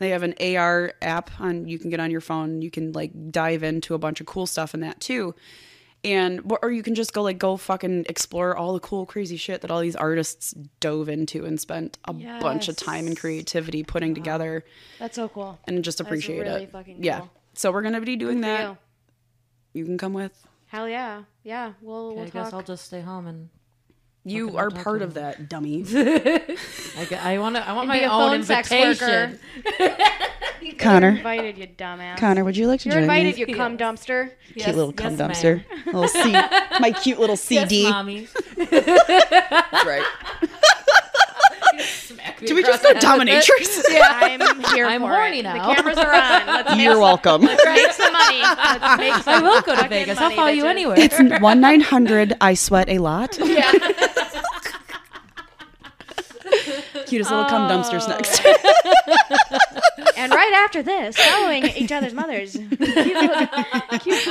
D: they have an ar app on you can get on your phone you can like dive into a bunch of cool stuff in that too and or you can just go like go fucking explore all the cool crazy shit that all these artists dove into and spent a bunch of time and creativity putting together
B: That's so cool.
D: and just appreciate
B: really
D: it
B: fucking
D: yeah
B: cool.
D: so we're gonna be doing
B: For
D: that
B: you.
D: you can come with
B: Hell yeah. Yeah. We'll,
C: I
B: we'll
C: guess
B: talk.
C: I'll just stay home and
D: you are part of
B: [LAUGHS]
D: that dummy
C: I, g- I want to. I want
B: be
C: my
B: a
C: own
B: phone sex worker.
C: invitation.
B: You're
D: connor
B: invited, you dumbass.
D: would you like to
B: You're invited, you cum dumpster.
C: Yes, yes, ma'am.
B: [LAUGHS]
D: little c my
C: [LAUGHS]
D: cute little
B: [LAUGHS]
C: Yes, mommy.
D: right
C: Smack
D: Do we just go
C: [LAUGHS]
D: dominatrix?
B: [LAUGHS] I'm here
C: I'm
B: for
C: horny
B: it.
C: now.
B: The cameras are
C: [LAUGHS]
B: on. Let's make
D: You're welcome.
B: Let's make some money. Let's make some
C: I will go to
B: fucking
C: Vegas. I'll
B: money,
C: follow you
B: bitches.
C: anywhere.
D: [LAUGHS] It's one nine hundred. I sweat a lot.
B: Yeah.
D: Cutest little cum dumpsters next.
B: [LAUGHS]
D: [LAUGHS]
B: and right after this, following each other's
D: [LAUGHS]
B: mothers. Cute little- cute.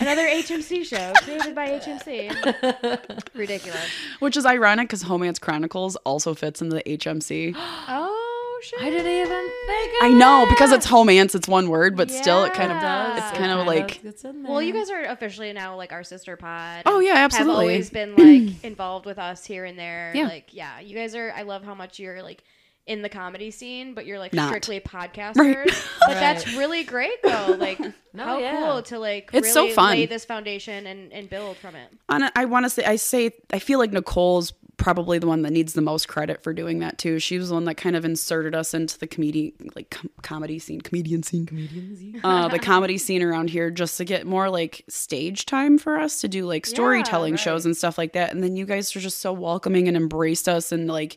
B: Another HMC show created by
D: [LAUGHS]
B: HMC. Ridiculous.
D: Which is ironic because Homance Chronicles also fits into the [GASPS] HMC.
B: Oh shit.
C: [LAUGHS] I didn't even think. Of
D: I know because it's Homance, it's one word, but still it kind of
B: Yeah.
D: it's kind of like
B: Well, you guys are officially now like our sister pod.
D: Um, Oh,
B: and
D: yeah, absolutely.
B: Have always been
D: [CLEARS THROAT]
B: like involved with us here and there.
D: Yeah.
B: Like yeah, you guys are. I love how much you're like in the comedy scene, but you're like
D: Not.
B: strictly podcasters.
D: Right.
B: But that's really great though.
D: [LAUGHS]
B: Like how
C: yeah.
B: cool to like
D: It's so
B: really
D: fun.
B: lay this foundation and and build from it.
D: on a- I want to say I say I feel like Nicole's probably the one that needs the most credit for doing that too. She was the one that kind of inserted us into the comedy like com- comedy scene, comedian scene, uh, the comedy scene around here just to get more like stage time for us to do like storytelling
B: right.
D: shows and stuff like that. And then you guys were just so welcoming and embraced us and like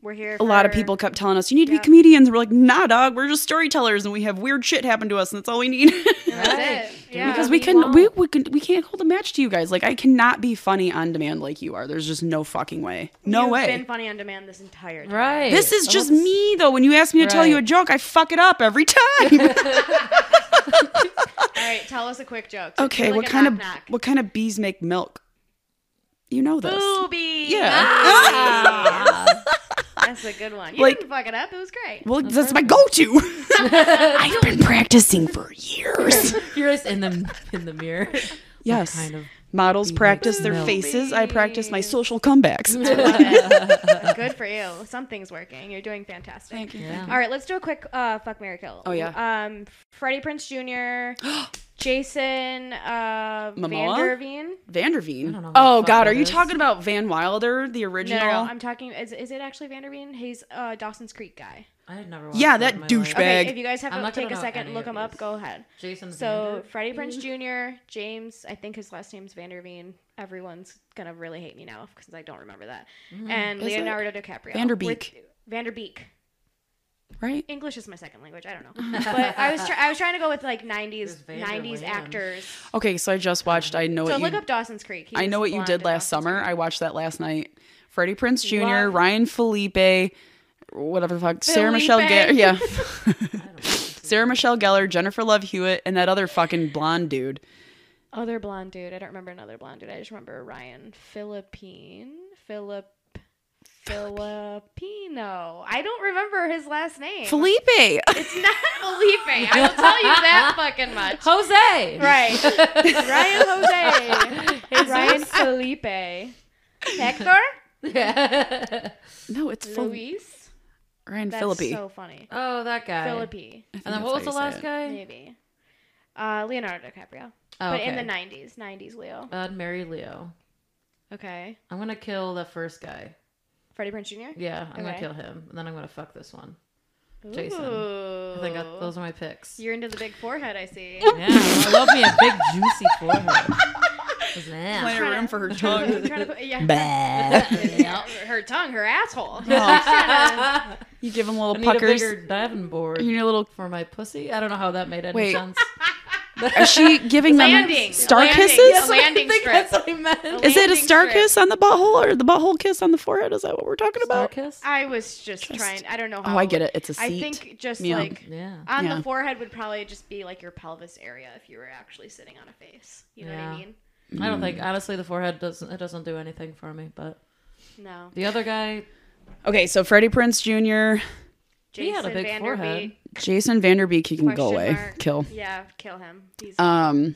B: We're here.
D: a lot of
B: for-
D: people kept telling us you need to
B: Yeah.
D: be comedians. We're like, nah, dog, we're just storytellers and we have weird shit happen to us and that's all we need. [LAUGHS]
B: That's
C: Right.
B: it. Yeah.
D: because we
C: we
D: can we
C: won't.
D: we can we can't hold a match to you guys. Like I cannot be funny on demand like you are. There's just no fucking way. No
B: You've
D: way.
B: Been funny on demand this entire time.
C: right.
D: this is
C: Oh,
D: just
C: that's-
D: me though. When you ask me to tell you a
C: Right.
D: joke, I fuck it up every [LAUGHS] time.
B: All right. Tell us a quick joke. So
D: okay,
B: do, like,
D: what
B: a
D: kind of
B: knock
D: [LAUGHS]
B: knock.
D: what kind of bees make milk? You know this.
B: Boobies. Ah!
D: Yeah. [LAUGHS]
B: That's a good one. You
D: Like-
B: didn't fuck it up. It was great.
D: Well, that's my
B: [LAUGHS]
D: go-to. I've been practicing for years.
C: You're just in the in the
D: [LAUGHS]
C: mirror.
D: Yes.
C: Kind of.
D: Models practice their
C: milk.
D: faces. I practice my social
B: [LAUGHS]
D: [LAUGHS] comebacks.
B: Good for you. Something's working. You're doing fantastic.
D: Thank you.
C: Yeah.
B: All right, let's do a quick uh, fuck Mary Kill.
D: Oh, yeah.
B: Um, Freddie Prince
D: [GASPS]
B: Jr., Jason uh,
D: Momoa?
B: Vanderveen.
D: Vanderveen.
C: don't know who
D: oh
C: the fuck
D: God, are
C: that
D: you
C: is.
D: talking about Van Wilder, the
B: No,
D: original?
B: no, no, I'm talking. Is, is it actually Vanderveen? He's uh, Dawson's Creek guy.
C: I had never. Watched
D: Yeah, that
C: in my
D: douchebag.
C: life.
B: Okay,
D: Bag.
B: if you guys have
C: I'm
B: to
C: not gonna
B: take a
C: know
B: second,
C: any
B: look
C: of
B: him up.
C: these.
B: Go ahead.
C: Jason.
B: So
C: Vander-
B: Freddie Prince Jr., James, I think his last name's Vanderveen. Everyone's gonna really hate me now because I don't remember that. And
D: Mm-hmm. Is it
B: Leonardo DiCaprio.
D: Vanderbeek?
B: with- Vanderbeek.
D: right?
B: English is my second language. I don't know, but I was try- I was trying to go with like '90s
C: There's Vander
B: '90s
C: Wham.
B: actors.
D: Okay, so I just watched. I know
B: So
D: what
B: look
D: you.
B: up Dawson's Creek. He
D: I
B: was
D: know what you
B: blonde
D: did
B: in
D: last
B: Dawson's
D: summer.
B: Creek.
D: I watched that last night. Freddie Prince Jr.,
B: Love-
D: Ryan Felipe, whatever the fuck, Sarah Michelle
C: [LAUGHS]
B: Felipe.
D: Gellar, [LAUGHS] yeah, Sarah Michelle Gellar, Jennifer Love Hewitt, and that other fucking blonde dude.
B: Other blonde dude. I don't remember another blonde dude. I just remember Ryan Philippine. Philip. Filipino. I don't remember his last name.
D: Felipe. [LAUGHS]
B: It's not Felipe. I will tell you that fucking much.
C: Jose.
B: Right. Ryan Jose. Hey, Ryan Felipe. Hector?
C: [LAUGHS] Yeah.
D: no, it's Fel-
B: Luis?
D: Ryan
B: That's
D: Felipe.
B: so funny.
C: Oh, that guy.
B: Philippi,
D: I think
C: And then
D: that's
C: what was the
D: how you say
C: last
D: it.
C: guy?
B: maybe. Uh, Leonardo DiCaprio.
C: Oh,
B: But in
C: okay.
B: the 90s. 90s Leo.
C: Uh, Mary Leo.
B: Okay.
C: I'm gonna kill the first guy.
B: Freddie Prince Jr.?
C: Yeah, I'm
B: Okay.
C: gonna kill him, and then I'm gonna fuck this one. Jason.
B: Ooh.
C: I think that- those are my picks.
B: You're into the big forehead, I
C: [LAUGHS]
B: see. [LAUGHS]
C: Yeah, I love me a big juicy forehead. Yeah.
B: [LAUGHS]
D: Plenty of room for her
B: Trying
C: [LAUGHS]
D: tongue. [LAUGHS]
B: to- trying to put- yeah. her, her tongue, her
C: [LAUGHS]
B: asshole. Trying to-
D: you give him
C: I
D: little
C: need a
D: puckers.
C: bigger diving board
D: You need
C: [LAUGHS]
D: a little.
C: for my pussy. I don't know how that made any
D: Wait.
C: sense.
D: Is she giving
B: Landing.
D: them star
B: Landing.
D: kisses?
B: Yes. landing
C: I think
B: strip. Oh,
C: That's what I meant.
D: Is it a
B: landing
D: star
B: strip.
D: kiss on the butthole or the butthole kiss on the forehead? Is that what we're talking
C: Star
D: about?
C: kiss?
B: I was just, trying. I don't know how.
D: Oh, I get it. It's a
B: I
D: seat.
B: think just
D: Yeah.
B: like
C: Yeah.
B: on
D: Yeah.
B: the forehead would probably just be like your pelvis area if you were actually sitting on a face. You know what I
C: Yeah.
B: mean?
C: I don't think honestly the forehead doesn't it doesn't do anything for me, but
B: No.
C: the other guy
D: Okay, so Freddie Prince Jr.,
B: Jason
C: He had a big
B: Vanderbeek,
C: forehead.
D: Jason Vanderbeek, he can
B: Question
D: go away,
B: mark.
D: [LAUGHS] kill.
B: Yeah, kill him. He's
D: Um,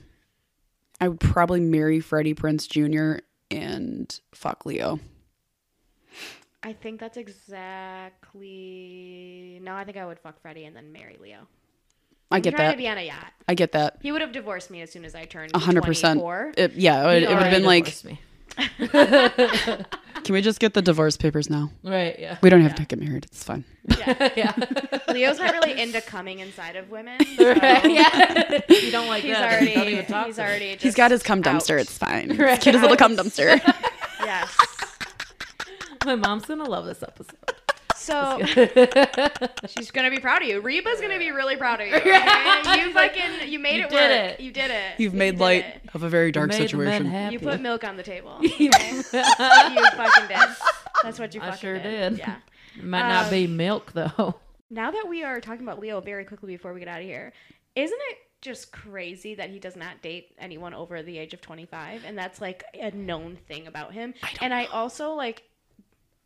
D: I would probably marry Freddie Prince Jr. and fuck Leo.
B: I think that's exactly. No, I think I would fuck Freddie and then marry Leo.
D: I
B: I'm
D: get
B: trying
D: that.
B: to be on a yacht.
D: I get that.
B: He would have divorced me as soon as I turned
D: A hundred percent.
B: 24.
D: It- Yeah, it,
C: He
D: would have
C: already
D: been like,
B: [LAUGHS]
C: divorced me.
D: can we just get the divorce papers now?
C: Right, yeah. [LAUGHS]
D: We don't have to get married. It's fine.
C: yeah. [LAUGHS]
B: Leo's not
D: [LAUGHS]
B: really into coming inside of women. So [LAUGHS]
C: yeah. you don't like
B: He's
C: that.
B: already.
C: don't even talk
B: He's
C: to me.
B: already. Just
D: He's got his cum dumpster.
B: out. [LAUGHS]
D: It's fine. It's cute as a [LAUGHS] little cum dumpster.
B: Yes. [LAUGHS]
C: My mom's gonna love this episode.
B: So she's gonna be proud of you. Reba's gonna be really proud of
D: [LAUGHS]
B: you. okay? You fucking you made
C: You
B: it
C: did
B: work.
C: it.
B: You did it.
D: You've
B: You
D: made
B: did
D: light
B: it.
D: of a very dark
C: Made the men
D: situation.
C: happy.
B: You [LAUGHS] put milk on the
D: [LAUGHS]
B: table.
C: You-
B: you fucking did. That's what you
C: [LAUGHS] I
B: fucking
C: sure did.
B: Yeah.
C: It Might not
B: Um,
C: be milk though.
B: Now that we are talking about Leo very quickly before we get out of here, isn't it just crazy that he does not date anyone over the age of 25 and that's like a known thing about him. and I also like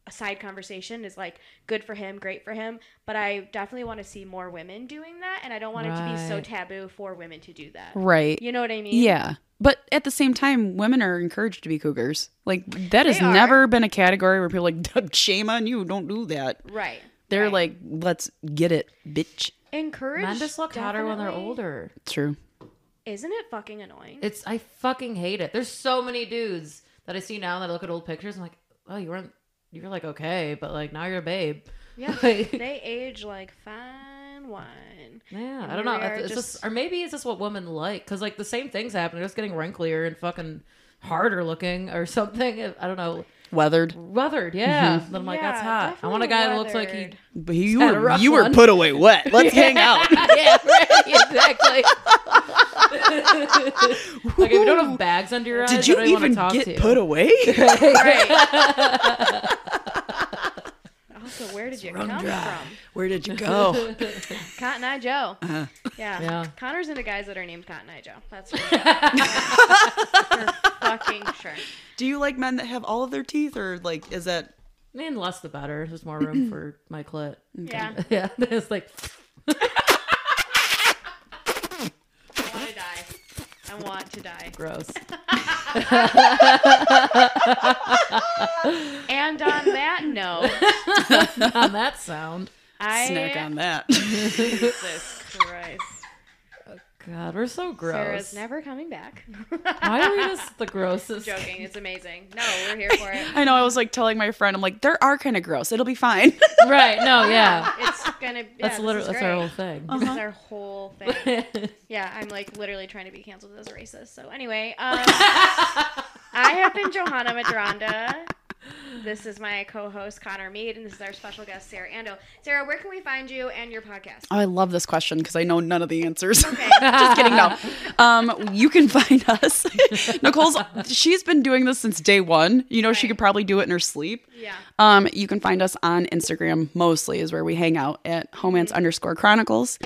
B: a side conversation is like good for him, great for him, but I definitely want to see more women doing that and I don't want it to be so
C: Right.
B: taboo for women to do that.
D: Right.
B: You know what I mean?
D: Yeah. But at the same time, women are encouraged to be cougars. Like that has
B: They are.
D: never been a category where people are like [LAUGHS] shame on you, don't do that.
B: Right.
D: They're
B: right.
D: like, let's get it, bitch.
B: encourage
C: Men just look hotter when they're
B: definitely.
C: older.
D: True.
B: Isn't it fucking annoying?
C: It's I fucking hate it. There's so many dudes that I see now that I look at old pictures. I'm like, oh, you weren't. You were like okay, but like now you're a babe.
B: Yeah,
C: [LAUGHS] Like-
B: they age like fine wine.
C: Yeah,
B: And
C: I don't know.
B: we are
C: It's it's just,
B: just-
C: or maybe it's just what women like because like the same things happen. They're just getting wrinklier and fucking harder looking or [LAUGHS] something. I don't know.
D: Weathered.
C: Weathered, yeah. Then I'm like,
B: Mm-hmm. Yeah,
C: that's hot. I want
B: definitely
C: a guy that looks like he.
B: weathered.
D: But you
C: had a
D: were
C: rough
D: you were
C: one.
D: put away [LAUGHS] wet. Let's hang out. [LAUGHS]
C: yeah, right, exactly. [LAUGHS] like if you don't have bags under your eyes,
D: Did you
C: I don't want to
D: even
C: talk
D: get
C: to you.
D: put away? [LAUGHS]
B: Right.
C: [LAUGHS]
B: also, where did you come
D: Where did you [LAUGHS] go?
C: [LAUGHS]
B: from? Cotton Eye Joe.
C: Uh-huh.
B: Yeah.
C: Yeah.
B: Connor's into guys that are named Cotton Eye Joe. That's for, sure. For fucking sure.
D: Do you like men that have all of their teeth or like is that
C: I mean, less the better. There's more room for my clit.
D: Mm.
B: Yeah.
C: Yeah, [LAUGHS] it's like
B: I want to die. I want to die.
C: gross.
B: And on that
C: [LAUGHS]
B: note,
C: On that sound,
B: I
D: snack on [LAUGHS] that?
B: Jesus Christ.
C: God, we're so gross.
B: Sarah's never coming
C: [LAUGHS]
B: back.
C: Why are we just the
B: [LAUGHS]
C: grossest?
B: Joking. It's amazing. No, we're here for it.
D: I know I was like telling my friend, I'm like, there are kind of gross. It'll be fine.
C: Right? No, yeah.
B: It's gonna. Yeah,
C: That's literally that's our whole thing.
B: That's our whole thing.
D: Oh.
C: [LAUGHS]
B: Yeah, I'm like literally trying to be canceled as a racist. So
C: [LAUGHS]
B: anyway, um, I have been Johanna Madronda. This is my co-host Connor Mead, and this is our special guest Sarah Ando. Sarah, where can we find you and your podcast?
D: Oh, I love this question because I know none of the answers. [LAUGHS] Just kidding. No. Um, you can find us. [LAUGHS] Nicole's, she's been doing this since day one. You know, she could probably do it in her sleep.
B: Yeah.
D: Um, you can find us on Instagram mostly, is where we hang out at Homance
B: Mm-hmm.
D: underscore Chronicles.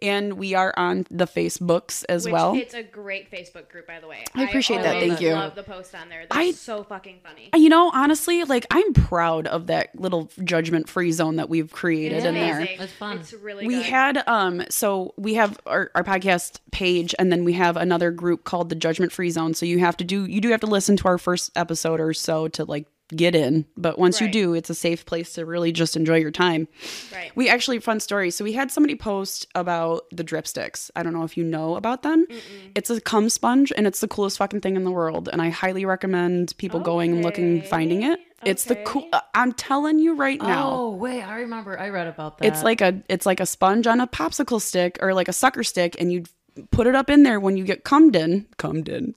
D: And we are on the Facebooks as
B: Which
D: well.
B: it's a great Facebook group, by the way.
D: I appreciate
C: that,
B: always
C: thank you.
B: Love the post on there. That's
D: I-
B: so fucking funny.
D: you know, honestly, like I'm proud of that little judgment free zone that we've created
B: It's
D: in there.
B: amazing.
C: That's fun.
B: It's really
D: we
B: good.
D: had um so we have our, our podcast page and then we have another group called the judgment free zone so you have to do you do have to listen to our first episode or so to like get in but once you
B: Right.
D: do it's a safe place to really just enjoy your time
B: right.
D: we actually fun story so we had somebody post about the dripsticks i don't know if you know about them it's a cum sponge and it's the coolest fucking thing in the world and i highly recommend people going and looking and finding it it's the cool uh,
B: Okay.
D: i'm telling you right now
C: Oh wait, I remember. I read about that.
D: it's like a it's like a sponge on a popsicle stick or like a sucker stick, and you put it up in there when you get cummed in, cummed in,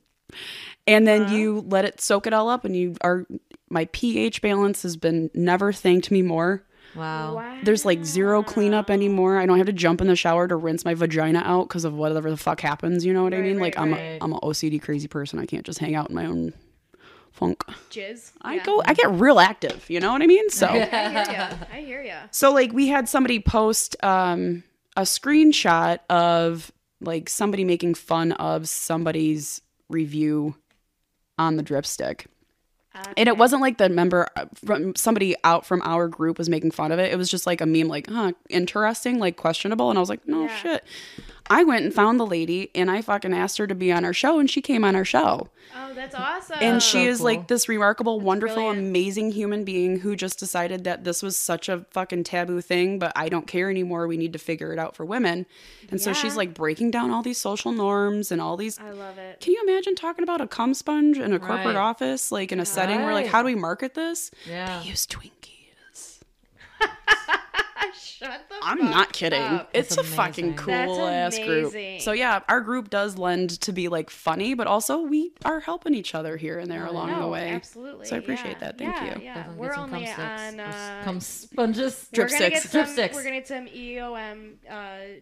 D: and then
C: Uh-huh.
D: you let it soak it all up, and you are. My pH balance has been never thanked me more.
C: [LAUGHS] wow.
B: Wow.
D: There's like zero cleanup anymore. I don't have to jump in the shower to rinse my vagina out because of whatever the fuck happens. You know what I mean? like I'm a,
C: right.
D: I'm a OCD crazy person. I can't just hang out in my own funk.
B: Jizz.
D: I
B: Yeah.
D: go. I get real active. You know what I mean? So. [LAUGHS]
B: I hear ya. I hear ya.
D: So like we had somebody post um a screenshot of like somebody making fun of somebody's review on the dripstick. And it wasn't like the member uh, from somebody out from our group was making fun of it. It was just like a meme like, "Huh, interesting, like questionable." And I was like, "No
B: Yeah.
D: shit." I went and found the lady and I fucking asked her to be on our show and she came on our show.
B: Oh, that's awesome.
D: And she
C: so
D: is
C: cool.
D: like this remarkable, wonderful,
B: brilliant.
D: amazing human being who just decided that this was such a fucking taboo thing, but I don't care anymore. We need to figure it out for women. And so she's
B: Yeah.
D: like breaking down all these social norms and all these.
B: I love it.
D: Can you imagine talking about a cum sponge in a
C: Right.
D: corporate office, like in a setting where, like,
C: Right.
D: how do we market this?
C: Yeah.
D: Use Twinkies.
B: [LAUGHS] Shut the
D: I'm not kidding.
B: up.
D: It's
C: That's
D: a fucking
C: amazing.
D: cool
B: That's
D: ass group.
B: amazing.
D: So yeah, our group does lend to be like funny, but also we are helping each other here and there along the
B: No,
D: way.
B: Absolutely.
D: So I appreciate
B: yeah,
D: that. Thank
B: yeah,
D: you.
B: Yeah,
C: Definitely
B: we're
C: get some
B: only
C: cum sticks.
B: on. Uh,
C: Cum sponges.
D: Drip
B: we're gonna
D: sticks.
B: Get some,
C: Drip sticks.
B: We're gonna get some EOM uh,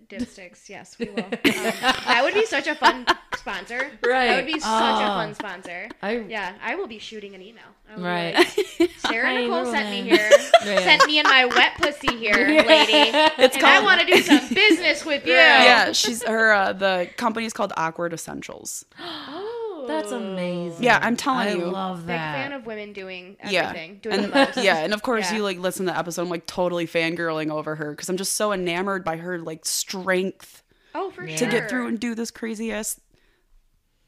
B: dipsticks. Yes, we will.
C: [LAUGHS]
B: Um, that would be such a fun sponsor. That
C: Right.
B: would be such a
C: Oh.
B: fun sponsor.
C: I
B: Yeah, I will be shooting an email. I will be
C: Right.
B: like, [LAUGHS] Sarah
C: Hi,
B: Nicole sent me
C: Rowan.
B: here.
C: Yeah.
B: Sent me and my wet
C: [LAUGHS]
B: pussy here, lady.
C: It's
B: And I want to do some business with you.
D: Yeah, she's her. Uh, the company is called Awkward Essentials.
B: Oh,
C: That's amazing.
D: Yeah, I'm telling
C: I
D: you.
C: love
B: Big
C: that.
B: fan of women doing
D: Yeah.
B: everything. Doing
D: And
B: the most.
D: [LAUGHS] yeah, and of course
B: Yeah.
D: you like listen to the episode. I'm like totally fangirling over her because I'm just so enamored by her like strength
B: Oh, for
D: to
B: sure.
D: get through and do this crazy ass.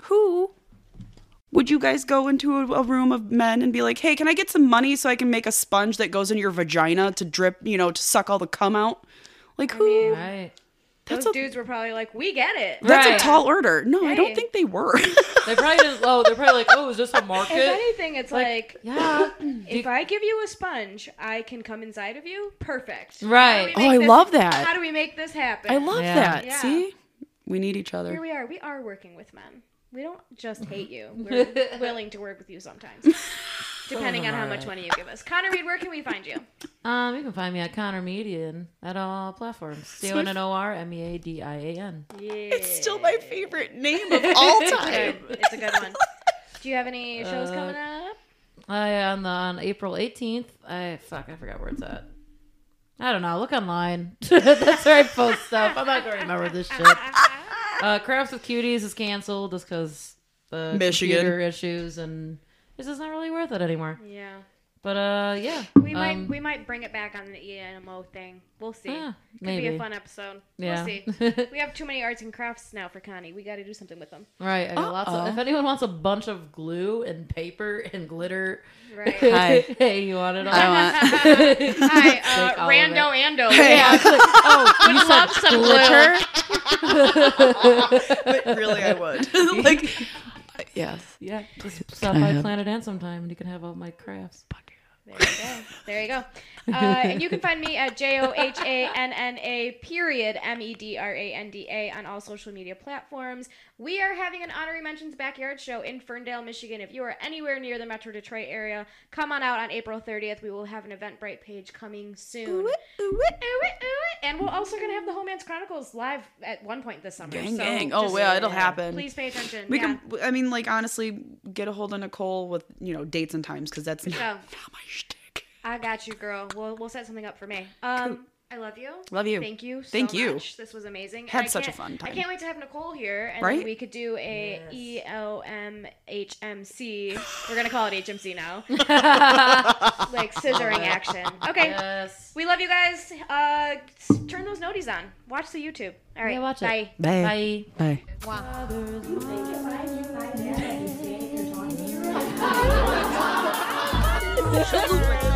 D: Who would you guys go into a, a room of men and be like, "Hey, can I get some money so I can make a sponge that goes in your vagina to drip, you know, to suck all the cum out?" Like who?
C: right.
B: Those
D: That's a-
B: dudes were probably like, "We get it."
D: That's
C: Right.
D: a tall order. No, I
B: Hey.
D: don't think they were. [LAUGHS]
C: They probably didn't. Oh, they're probably like, oh,
B: [LAUGHS]
C: is this a market?
B: If anything, it's like,
C: yeah.
B: if I give you a sponge, I can come inside of you. Perfect. How do
C: Right.
B: we make
D: Oh, I
B: this-
D: love that.
B: How do we make this happen?
D: I love
C: Yeah.
D: that.
B: Yeah.
D: See, we need each other.
B: Here we are. We are working with men. We don't
D: [LAUGHS]
B: just hate you. We're willing to work with you sometimes, depending on how much money you give us. Connor Reed, where can we find you?
C: Um, you can find me at Connor Median at all platforms. C O N N O R M E A D I A N.
B: Yeah.
D: [LAUGHS] It's still my
B: [LAUGHS]
D: favorite name of all time. Uh,
B: Good. It's a good one. Do you have any shows coming up?
C: I on the on April eighteenth. I fuck, I forgot where it's at. I don't know. Look online. [LAUGHS] That's where I post stuff. I'm not gonna remember this shit. Uh, Crafts with Cuties is canceled just because the
D: Michigan.
C: computer issues and it's just not really worth it anymore.
B: Yeah.
C: But uh, yeah,
B: We might
C: um,
B: we might bring it back on the E EMO thing. We'll see.
D: ah,
C: Yeah,
B: Could be
C: maybe.
B: a fun episode.
C: Yeah.
B: We'll
C: [LAUGHS]
B: see.
D: [LAUGHS]
B: we have too many arts and crafts now for Connie. We got to do something with them.
C: right. I got lots of,
D: Uh-oh.
C: if anyone wants a bunch of glue and paper and [LAUGHS] glitter,
B: Right.
D: Hi.
C: hey, you want it all?
D: [LAUGHS] I want-
B: Hi,
C: Take
B: uh,
C: all of it.
B: Rando Ando.
C: Yeah, [LAUGHS] it's like, [LAUGHS] oh, you
B: love
C: said
B: some
C: glitter?
D: [LAUGHS] But really, I would. [LAUGHS] like, yeah.
C: [LAUGHS] Yeah, just stop
D: I
C: by
D: have-
C: Planet Ant sometime and you can have all my crafts.
B: There you go. There you go. Uh, and you can find me at J O H A N N A period M E D R A N D A on all social media platforms. We are having an honorary mentions backyard show in Ferndale, Michigan. If you are anywhere near the Metro Detroit area, come on out on April 30th. We will have an Eventbrite page coming soon. Ooh it, ooh it. And we're also going to have the Homance Chronicles live at one point this summer.
D: Gang,
B: so
D: gang. Oh,
B: just-
D: well, it'll happen.
B: Please pay attention.
D: We
B: yeah.
D: can. I mean, like honestly, get a hold of Nicole with you know dates and times because that's not,
B: Yeah.
D: not my shtick.
B: I got you, girl. We'll, we'll set something up for May. Um, I love you.
D: Love you.
B: Thank you. So
D: Thank you.
B: Much. This was amazing.
D: Had
B: I
D: such a
B: can't-
D: fun
B: I
D: time.
B: can't wait to have Nicole here, and
D: Right?
B: then we could do a E L M H M C. We're gonna call it HMC
D: [LAUGHS]
B: now, like scissoring action. Okay.
C: [LAUGHS] Yes.
B: We love you guys. Uh, s- turn those noties on. Watch the YouTube. All right.
C: Yeah, watch it.
B: bye.
C: Bye.
D: Bye.
E: Bye.